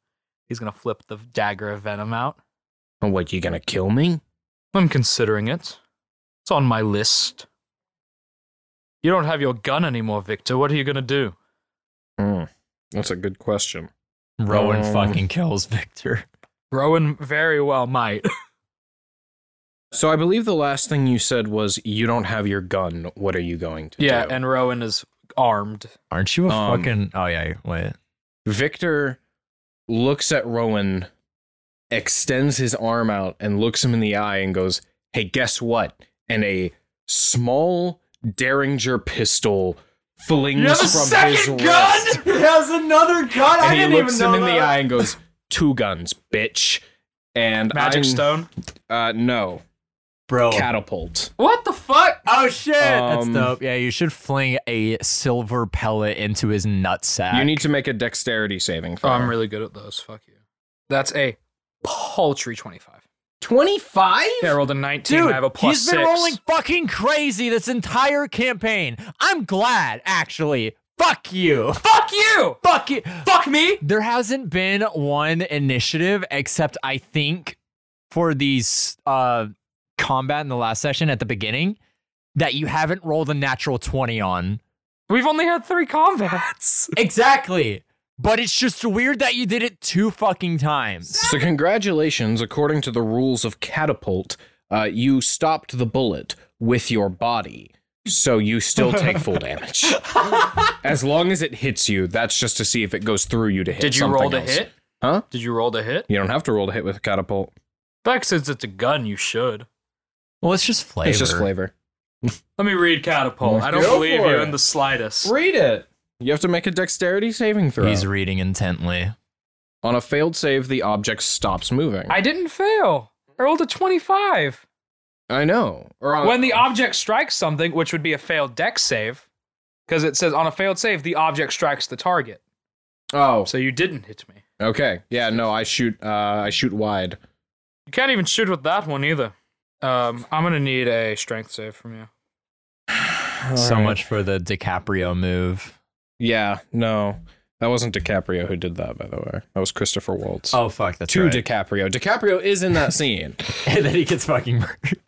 E: he's gonna flip the dagger of venom out.
A: And what, you gonna kill me?
E: I'm considering it. It's on my list. You don't have your gun anymore, Victor. What are you gonna do?
A: Hmm. That's a good question.
B: Rowan
A: Um,
B: fucking kills Victor.
C: Rowan very well might.
A: So I believe the last thing you said was you don't have your gun. What are you going to
C: yeah,
A: do?
C: and Rowan is armed.
B: Aren't you a
A: Um,
B: fucking? Oh yeah, wait.
A: Victor looks at Rowan, extends his arm out, and looks him in the eye and goes, Hey, guess what? And a small Derringer pistol flings from his wrist.
K: He has another gun. I
A: And he
K: didn't
A: looks
K: even know
A: him in
K: that.
A: the eye and goes, Two guns, bitch. And
C: Magic
A: I'm,
C: stone.
A: Uh, no,
B: Bro,
A: catapult.
K: What the fuck?
B: Oh shit!
A: Um,
B: That's dope. Yeah, you should fling a silver pellet into his nutsack.
A: You need to make a dexterity saving
E: Oh,
A: throw.
C: Um,
E: I'm really good at those. Fuck you. That's a paltry 25.
A: 25?
E: Yeah, I rolled a 19.
B: Dude,
E: I have a plus
B: he's been
E: six.
B: rolling fucking crazy this entire campaign. I'm glad, actually. Fuck you.
E: Fuck you!
B: Fuck you.
E: Fuck me!
B: There hasn't been one initiative except I think for these uh combat in the last session at the beginning that you haven't rolled a natural 20 on.
C: We've only had three combats.
B: exactly. But it's just weird that you did it two fucking times.
A: So, congratulations. According to the rules of catapult, uh, you stopped the bullet with your body. So, you still take full damage. As long as it hits you, that's just to see if it goes through you to hit
E: Did you
A: something
E: roll to
A: else.
E: hit?
A: Huh?
E: Did you roll to hit?
A: You don't have to roll to hit with a catapult,
E: Back since it's a gun, you should.
B: Well, it's just flavor.
A: it's just flavor.
E: Let me read catapult. I don't
A: Go
E: believe
A: for
E: you
A: it.
E: in the slightest.
A: Read it. You have to make a dexterity saving throw.
B: He's reading intently.
A: On a failed save, the object stops moving.
C: I didn't fail. I rolled a 25.
A: I know. Or on,
C: When the object strikes something, which would be a failed deck save, because it says on a failed save, the object strikes the target.
A: oh,
C: So you didn't hit me.
A: okay. Yeah, no, I shoot. Uh, I shoot wide.
E: You can't even shoot with that one either. Um, I'm gonna need a strength save from you.
B: so much for the DiCaprio move.
A: Yeah, no. That wasn't DiCaprio who did that, by the way. That was Christopher Waltz.
B: Oh fuck, that's
A: to DiCaprio. DiCaprio is in that scene.
B: and then he gets fucking murdered.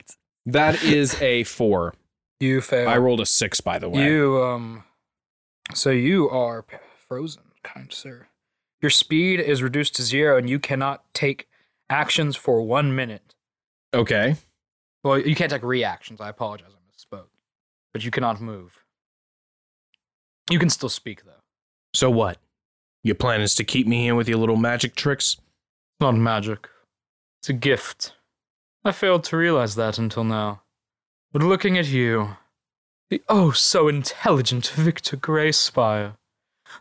A: that is a four.
E: You fail.
A: I rolled a six, by the way.
E: You um, so you are p- frozen, kind sir. Your speed is reduced to zero, and you cannot take actions for one minute.
A: Okay.
E: Well, you can't take reactions. I apologize, I misspoke. But you cannot move. You can still speak though.
A: So what? Your plan is to keep me in with your little magic tricks?
E: It's not magic. It's a gift. I failed to realize that until now. But looking at you, the oh so intelligent Victor Greyspire,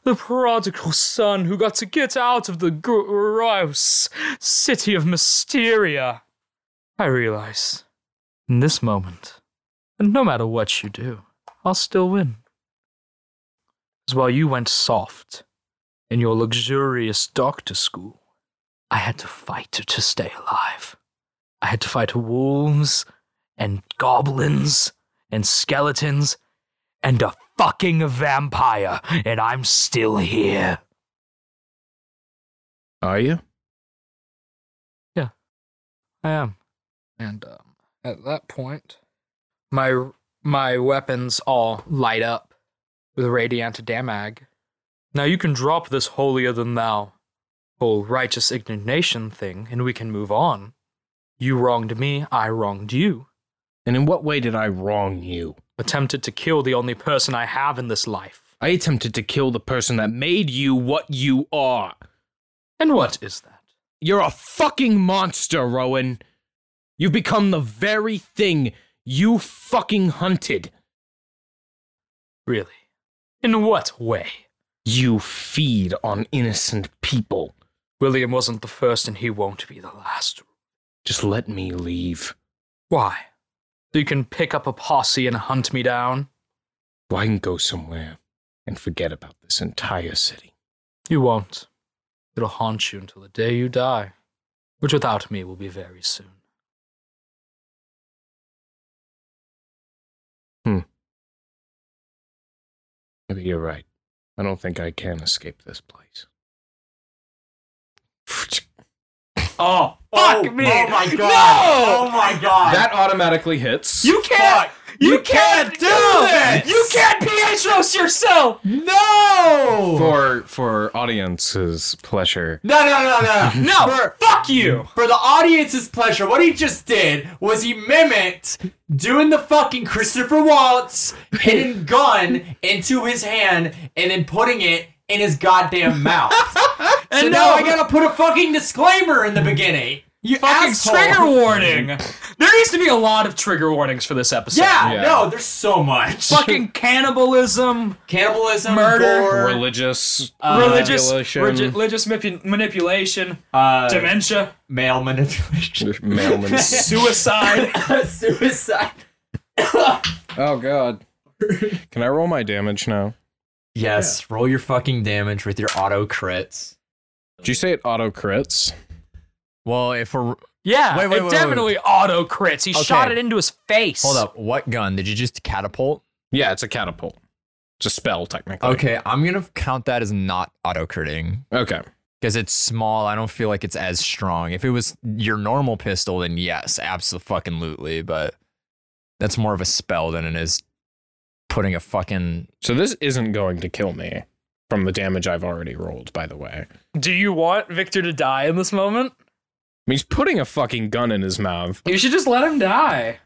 E: the prodigal son who got to get out of the gross city of Mysteria, I realize, in this moment, and no matter what you do, I'll still win. As while you went soft in your luxurious doctor school, I had to fight to stay alive. I had to fight wolves and goblins and skeletons and a fucking vampire, and I'm still here.
A: Are you?
E: I am. And um, at that point, my my weapons all light up with radiant damag. Now you can drop this holier than thou whole righteous indignation thing, and we can move on. You wronged me, I wronged you.
A: And in what way did I wrong you?
E: Attempted to kill the only person I have in this life.
A: I attempted to kill the person that made you what you are.
E: And what is that?
A: You're a fucking monster, Rowan. You've become the very thing you fucking hunted.
E: Really? In what way?
A: You feed on innocent people.
E: William wasn't the first, and he won't be the last.
A: Just let me leave.
E: Why? So you can pick up a posse and hunt me down?
A: Well, I can go somewhere and forget about this entire city.
E: You won't. It'll haunt you until the day you die, which without me will be very soon.
A: Maybe you're right. I don't think I can escape this place.
K: Oh, fuck me. Oh my god. Oh my god.
C: Oh
A: automatically hits.
K: you can't.
C: You can't do this! You can't Pietros yourself!
L: No!
A: For for audience's pleasure.
L: no, no, no, no.
C: No!
L: For-
C: Fuck you!
L: For the audience's pleasure, what he just did was he mimicked doing the fucking Christopher Waltz hidden gun into his hand and then putting it in his goddamn mouth. and so now I gotta put a fucking disclaimer in the beginning. You
C: Fucking
L: asshole.
C: trigger warning! There needs to be a lot of trigger warnings for this episode.
L: Yeah,
A: Yeah.
L: no, there's so much.
C: Fucking cannibalism,
L: Cannibalism,
C: Murder.
L: gore,
A: Religious uh,
B: Uh,
C: religious,
A: manipulation.
C: regi- religious manip- manipulation,
L: uh,
C: dementia,
L: male manipulation,
A: Male manip-
C: suicide.
L: suicide.
A: oh god. Can I roll my damage now?
B: Yes, roll your fucking damage with your auto crits.
A: Did you say it auto crits?
B: Well, if we're
C: yeah,
B: Wait, wait,
C: it
B: wait,
C: definitely auto crits. He
B: Okay.
C: shot it into his face.
B: hold up, what gun did you just catapult?
A: Yeah, it's a catapult. It's a spell technically.
B: Okay, I'm gonna count that as not auto critting
A: Okay.
B: because it's small. I don't feel like it's as strong. If it was your normal pistol, then yes, absolutely. But that's more of a spell than it is putting a fucking
A: So this isn't going to kill me from the damage I've already rolled, by the way.
C: Do you want Victor to die in this moment?
A: I mean, he's putting a fucking gun in his mouth.
E: You should just let him die.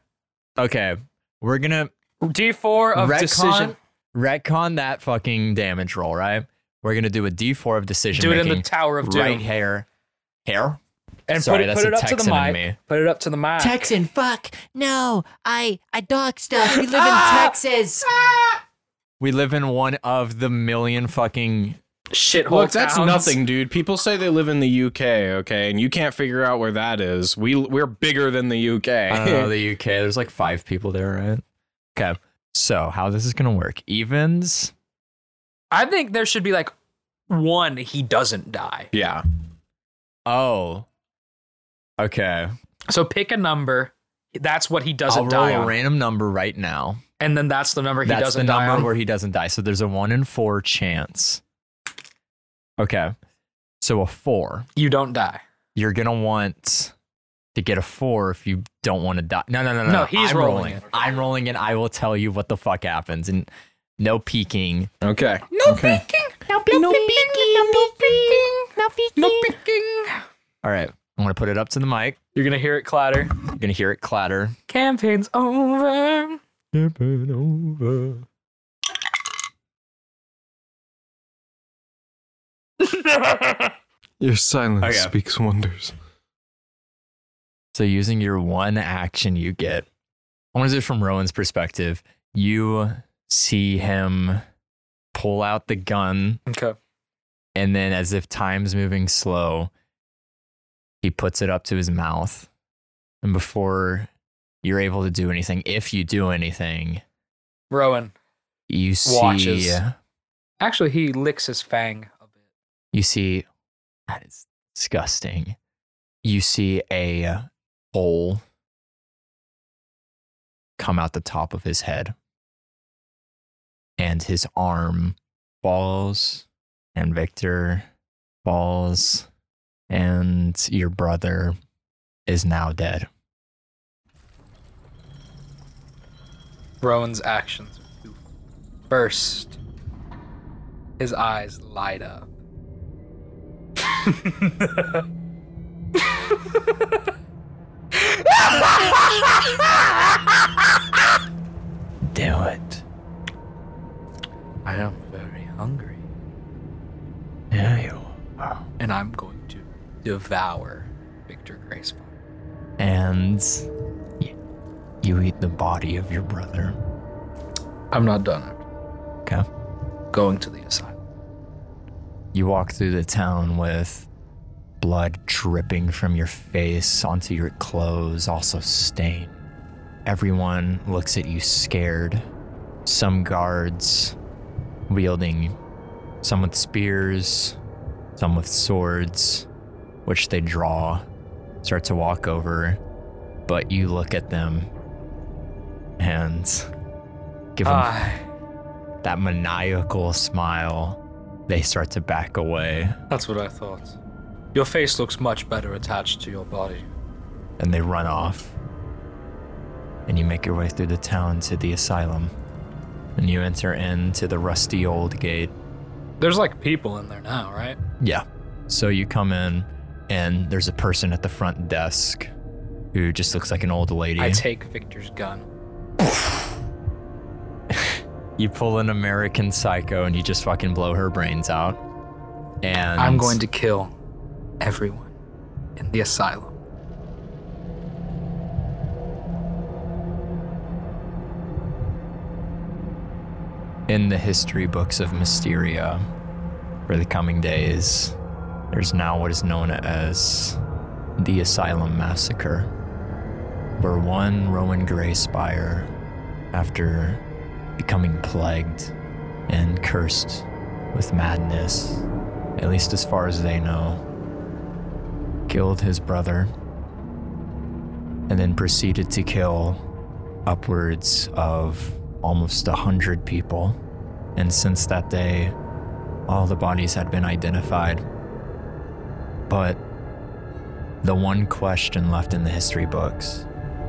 B: Okay, we're gonna
C: D4 of
B: retcon,
C: decision.
B: retcon that fucking damage roll, right? We're gonna do a D4 of decision
C: Do it in
B: making.
C: the Tower of Doom.
B: right hair, hair.
C: And
B: Sorry,
C: put it,
B: that's
C: put
B: a
C: it up to the
B: Texan in
C: mic.
B: me.
E: Put it up to the mic.
M: Texan, fuck. No, I I dog stuff. We live in
L: Ah!
M: Texas.
B: We live in one of the million fucking.
E: Shithole
A: Look, that's
E: towns.
A: nothing, dude. People say they live in the UK, okay, and you can't figure out where that is. We we're bigger than the UK.
B: I don't know the UK. There's like five people there, right? Okay, so how this is gonna work? Evens.
C: I think there should be like one he doesn't die.
A: yeah.
B: Oh. Okay.
C: So pick a number. That's what he
B: I'll
C: doesn't
B: roll
C: die
B: a
C: on.
B: random number right now.
C: and then that's the number he
B: Oh, That's the
C: doesn't die
B: number
C: on.
B: where he doesn't die. So there's a one in four chance. Okay. So a four.
C: you don't die.
B: You're gonna want to get a four if you don't want to die. No, no, no, no.
C: No, he's
B: I'm
C: rolling
B: it. I'm rolling it. I will tell you what the fuck happens and no peeking.
A: Okay. No okay.
F: No peeking, no peeking, no peeking, no peeking.
B: All right. I'm gonna put it up to the mic.
C: You're gonna hear it clatter.
B: You're gonna hear it clatter.
C: Campaign's over.
A: Your silence
B: Okay.
A: speaks wonders.
B: So using your one action you get, I want to do it from Rowan's perspective. You see him pull out the gun.
C: Okay.
B: And then as if time's moving slow, he puts it up to his mouth. And before you're able to do anything, if you do anything,
E: Rowan.
B: you see
E: Watches. Actually, he licks his fang a bit.
B: you see that is disgusting. You see a hole come out the top of his head, and his arm falls, and Victor falls, and your brother is now dead.
E: Rowan's actions are twofold. First, his eyes light up.
B: Do it.
E: I am very hungry,
B: Yeah, you
E: and I'm going to devour Victor Graceful.
B: And y- you eat the body of your brother.
E: I'm not done. after
B: Okay.
E: that. Going to the asylum.
B: You walk through the town with blood dripping from your face onto your clothes, also stained. Everyone looks at you scared. Some guards wielding, some with spears, some with swords, which they draw, start to walk over, but you look at them and give them
E: Ah,
B: that maniacal smile. They start to back away.
E: that's what I thought. Your face looks much better attached to your body.
B: and they run off. and you make your way through the town to the asylum. And you enter into the rusty old gate.
C: There's like people in there now, right?
B: Yeah. So you come in, and there's a person at the front desk who just looks like an old lady.
C: I take Victor's gun.
B: you pull an American psycho and you just fucking blow her brains out. And
C: I'm going to kill everyone in the asylum.
B: in the history books of Mysteria for the coming days. There's now what is known as the Asylum Massacre, where one Rowan Gray Spire, after becoming plagued and cursed with madness, at least as far as they know, killed his brother and then proceeded to kill upwards of almost a hundred people. And since that day, all the bodies had been identified. But the one question left in the history books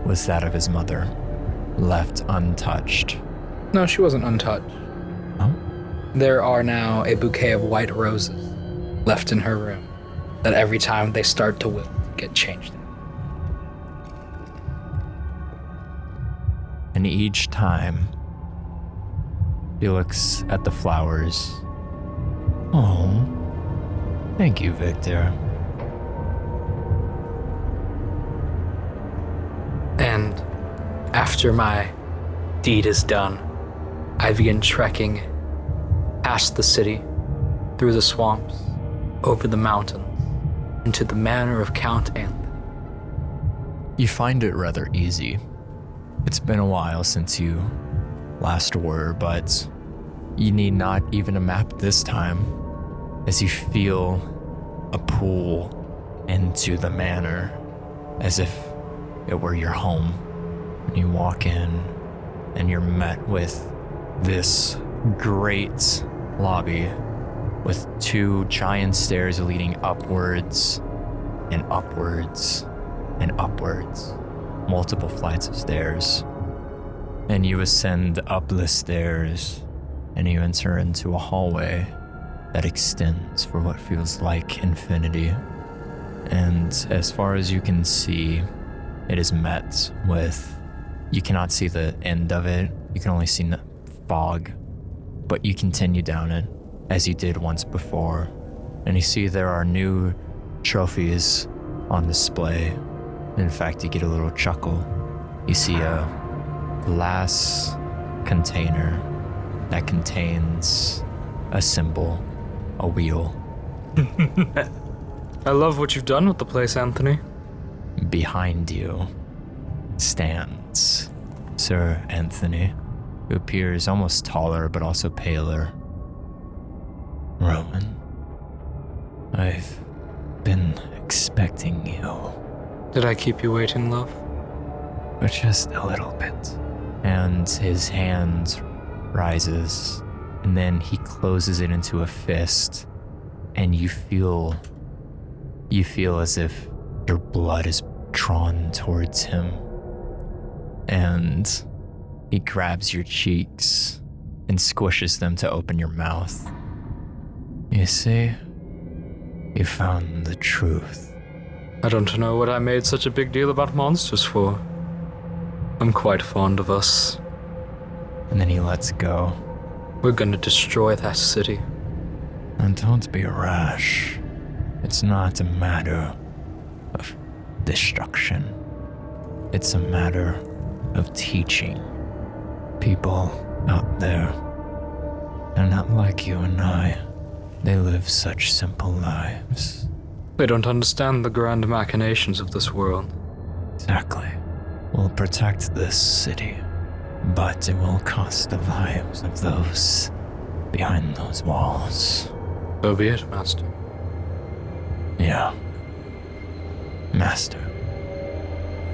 B: was that of his mother, left untouched.
C: No, she wasn't untouched.
B: Huh?
C: There are now a bouquet of white roses left in her room that every time they start to wilt get changed.
B: And each time, he looks at the flowers. Oh, thank you, Victor.
C: And after my deed is done, I begin trekking past the city, through the swamps, over the mountains, into the manor of Count Anthony.
B: You find it rather easy. It's been a while since you last were, but you need not even a map this time, as you feel a pull into the manor as if it were your home. And you walk in, and you're met with this great lobby with two giant stairs leading upwards and upwards and upwards, multiple flights of stairs. And you ascend up the stairs and you enter into a hallway that extends for what feels like infinity. And as far as you can see, it is met with. You cannot see the end of it, you can only see n- fog. But you continue down it as you did once before, and you see there are new trophies on display. In fact, you get a little chuckle. You see a glass container that contains a symbol, a wheel.
C: I love what you've done with the place, Anthony.
B: behind you stands Sir Anthony, who appears almost taller but also paler. Roman, I've been expecting you,
C: Did I keep you waiting, love?
B: but just a little bit. And his hand rises, and then he closes it into a fist, and you feel you feel as if your blood is drawn towards him. And he grabs your cheeks and squishes them to open your mouth. You see, you found the truth.
C: I don't know what I made such a big deal about monsters for. I'm quite fond of us.
B: And then he lets go.
C: We're gonna destroy that city.
B: And don't be rash. It's not a matter of destruction, it's a matter of teaching people out there. They're not like you and I, they live such simple lives.
C: They don't understand the grand machinations of this world.
B: Exactly. We'll protect this city, but it will cost the lives of those behind those walls.
C: So be it, Master.
B: Yeah. Master.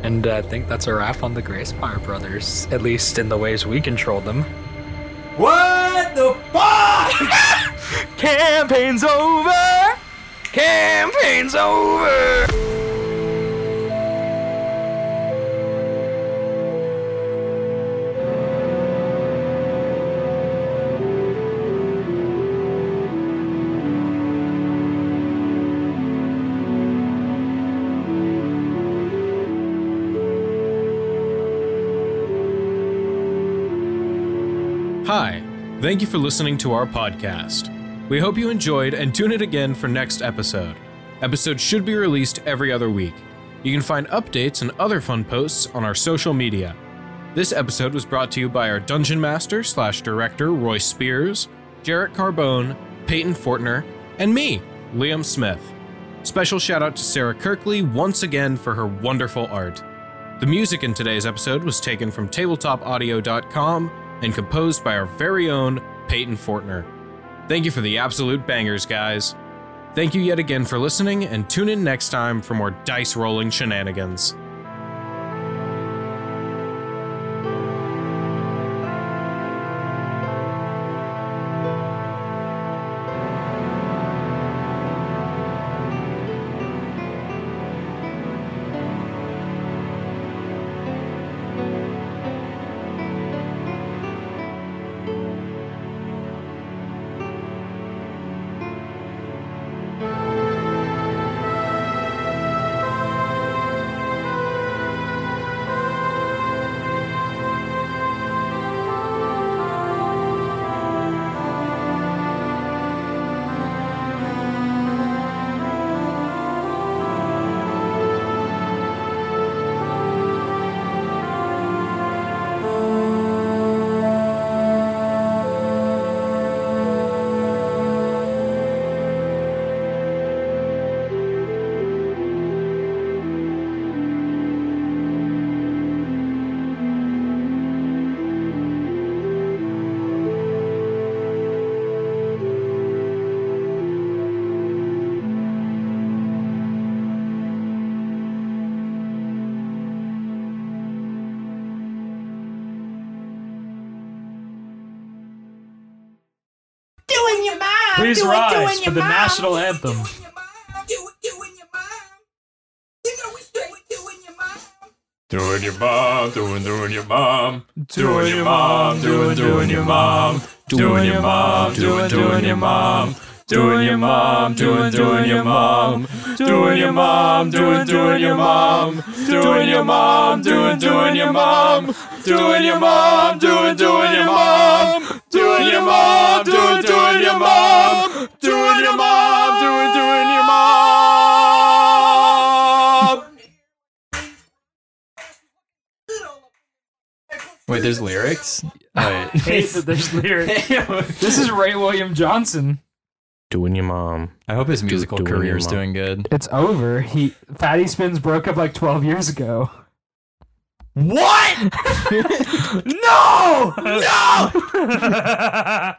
C: And I think that's a wrap on the Gracefire Brothers, at least in the ways we control them.
N: What the fuck?
C: Campaign's over! Campaign's over!
O: Hi, thank you for listening to our podcast. We hope you enjoyed and tune in again for next episode. Episodes should be released every other week. You can find updates and other fun posts on our social media. This episode was brought to you by our Dungeon Master slash Director Roy Spears, Jarrett Carbone, Peyton Fortner, and me, Liam Smith. Special shout out to Sarah Kirkley once again for her wonderful art. The music in today's episode was taken from tabletopaudio.com and composed by our very own Peyton Fortner. Thank you for the absolute bangers, guys. Thank you yet again for listening, and tune in next time for more dice rolling shenanigans.
L: Doing your mind.
E: Please
L: doing,
E: rise
L: doing
E: for
L: your
E: the
L: mind.
E: national anthem.
A: Doing your mom, doing doing your mom, doing your mom, doing doing your mom, doing your mom, doing doing your mom, doing your mom, doing doing your mom, doing your mom, doing doing your mom, doing your mom, doing doing your mom, doing your mom, doing doing your mom, doing your mom, doing doing your mom, doing your mom, doing doing your mom.
B: Wait, there's lyrics?
C: hate that there's lyrics. this is Ray William Johnson.
P: Doing your mom.
B: I hope his musical
P: doing your
B: career's
P: mom.
B: doing good.
C: It's over. He Fatty Spins broke up like 12 years ago.
Q: What? no! No!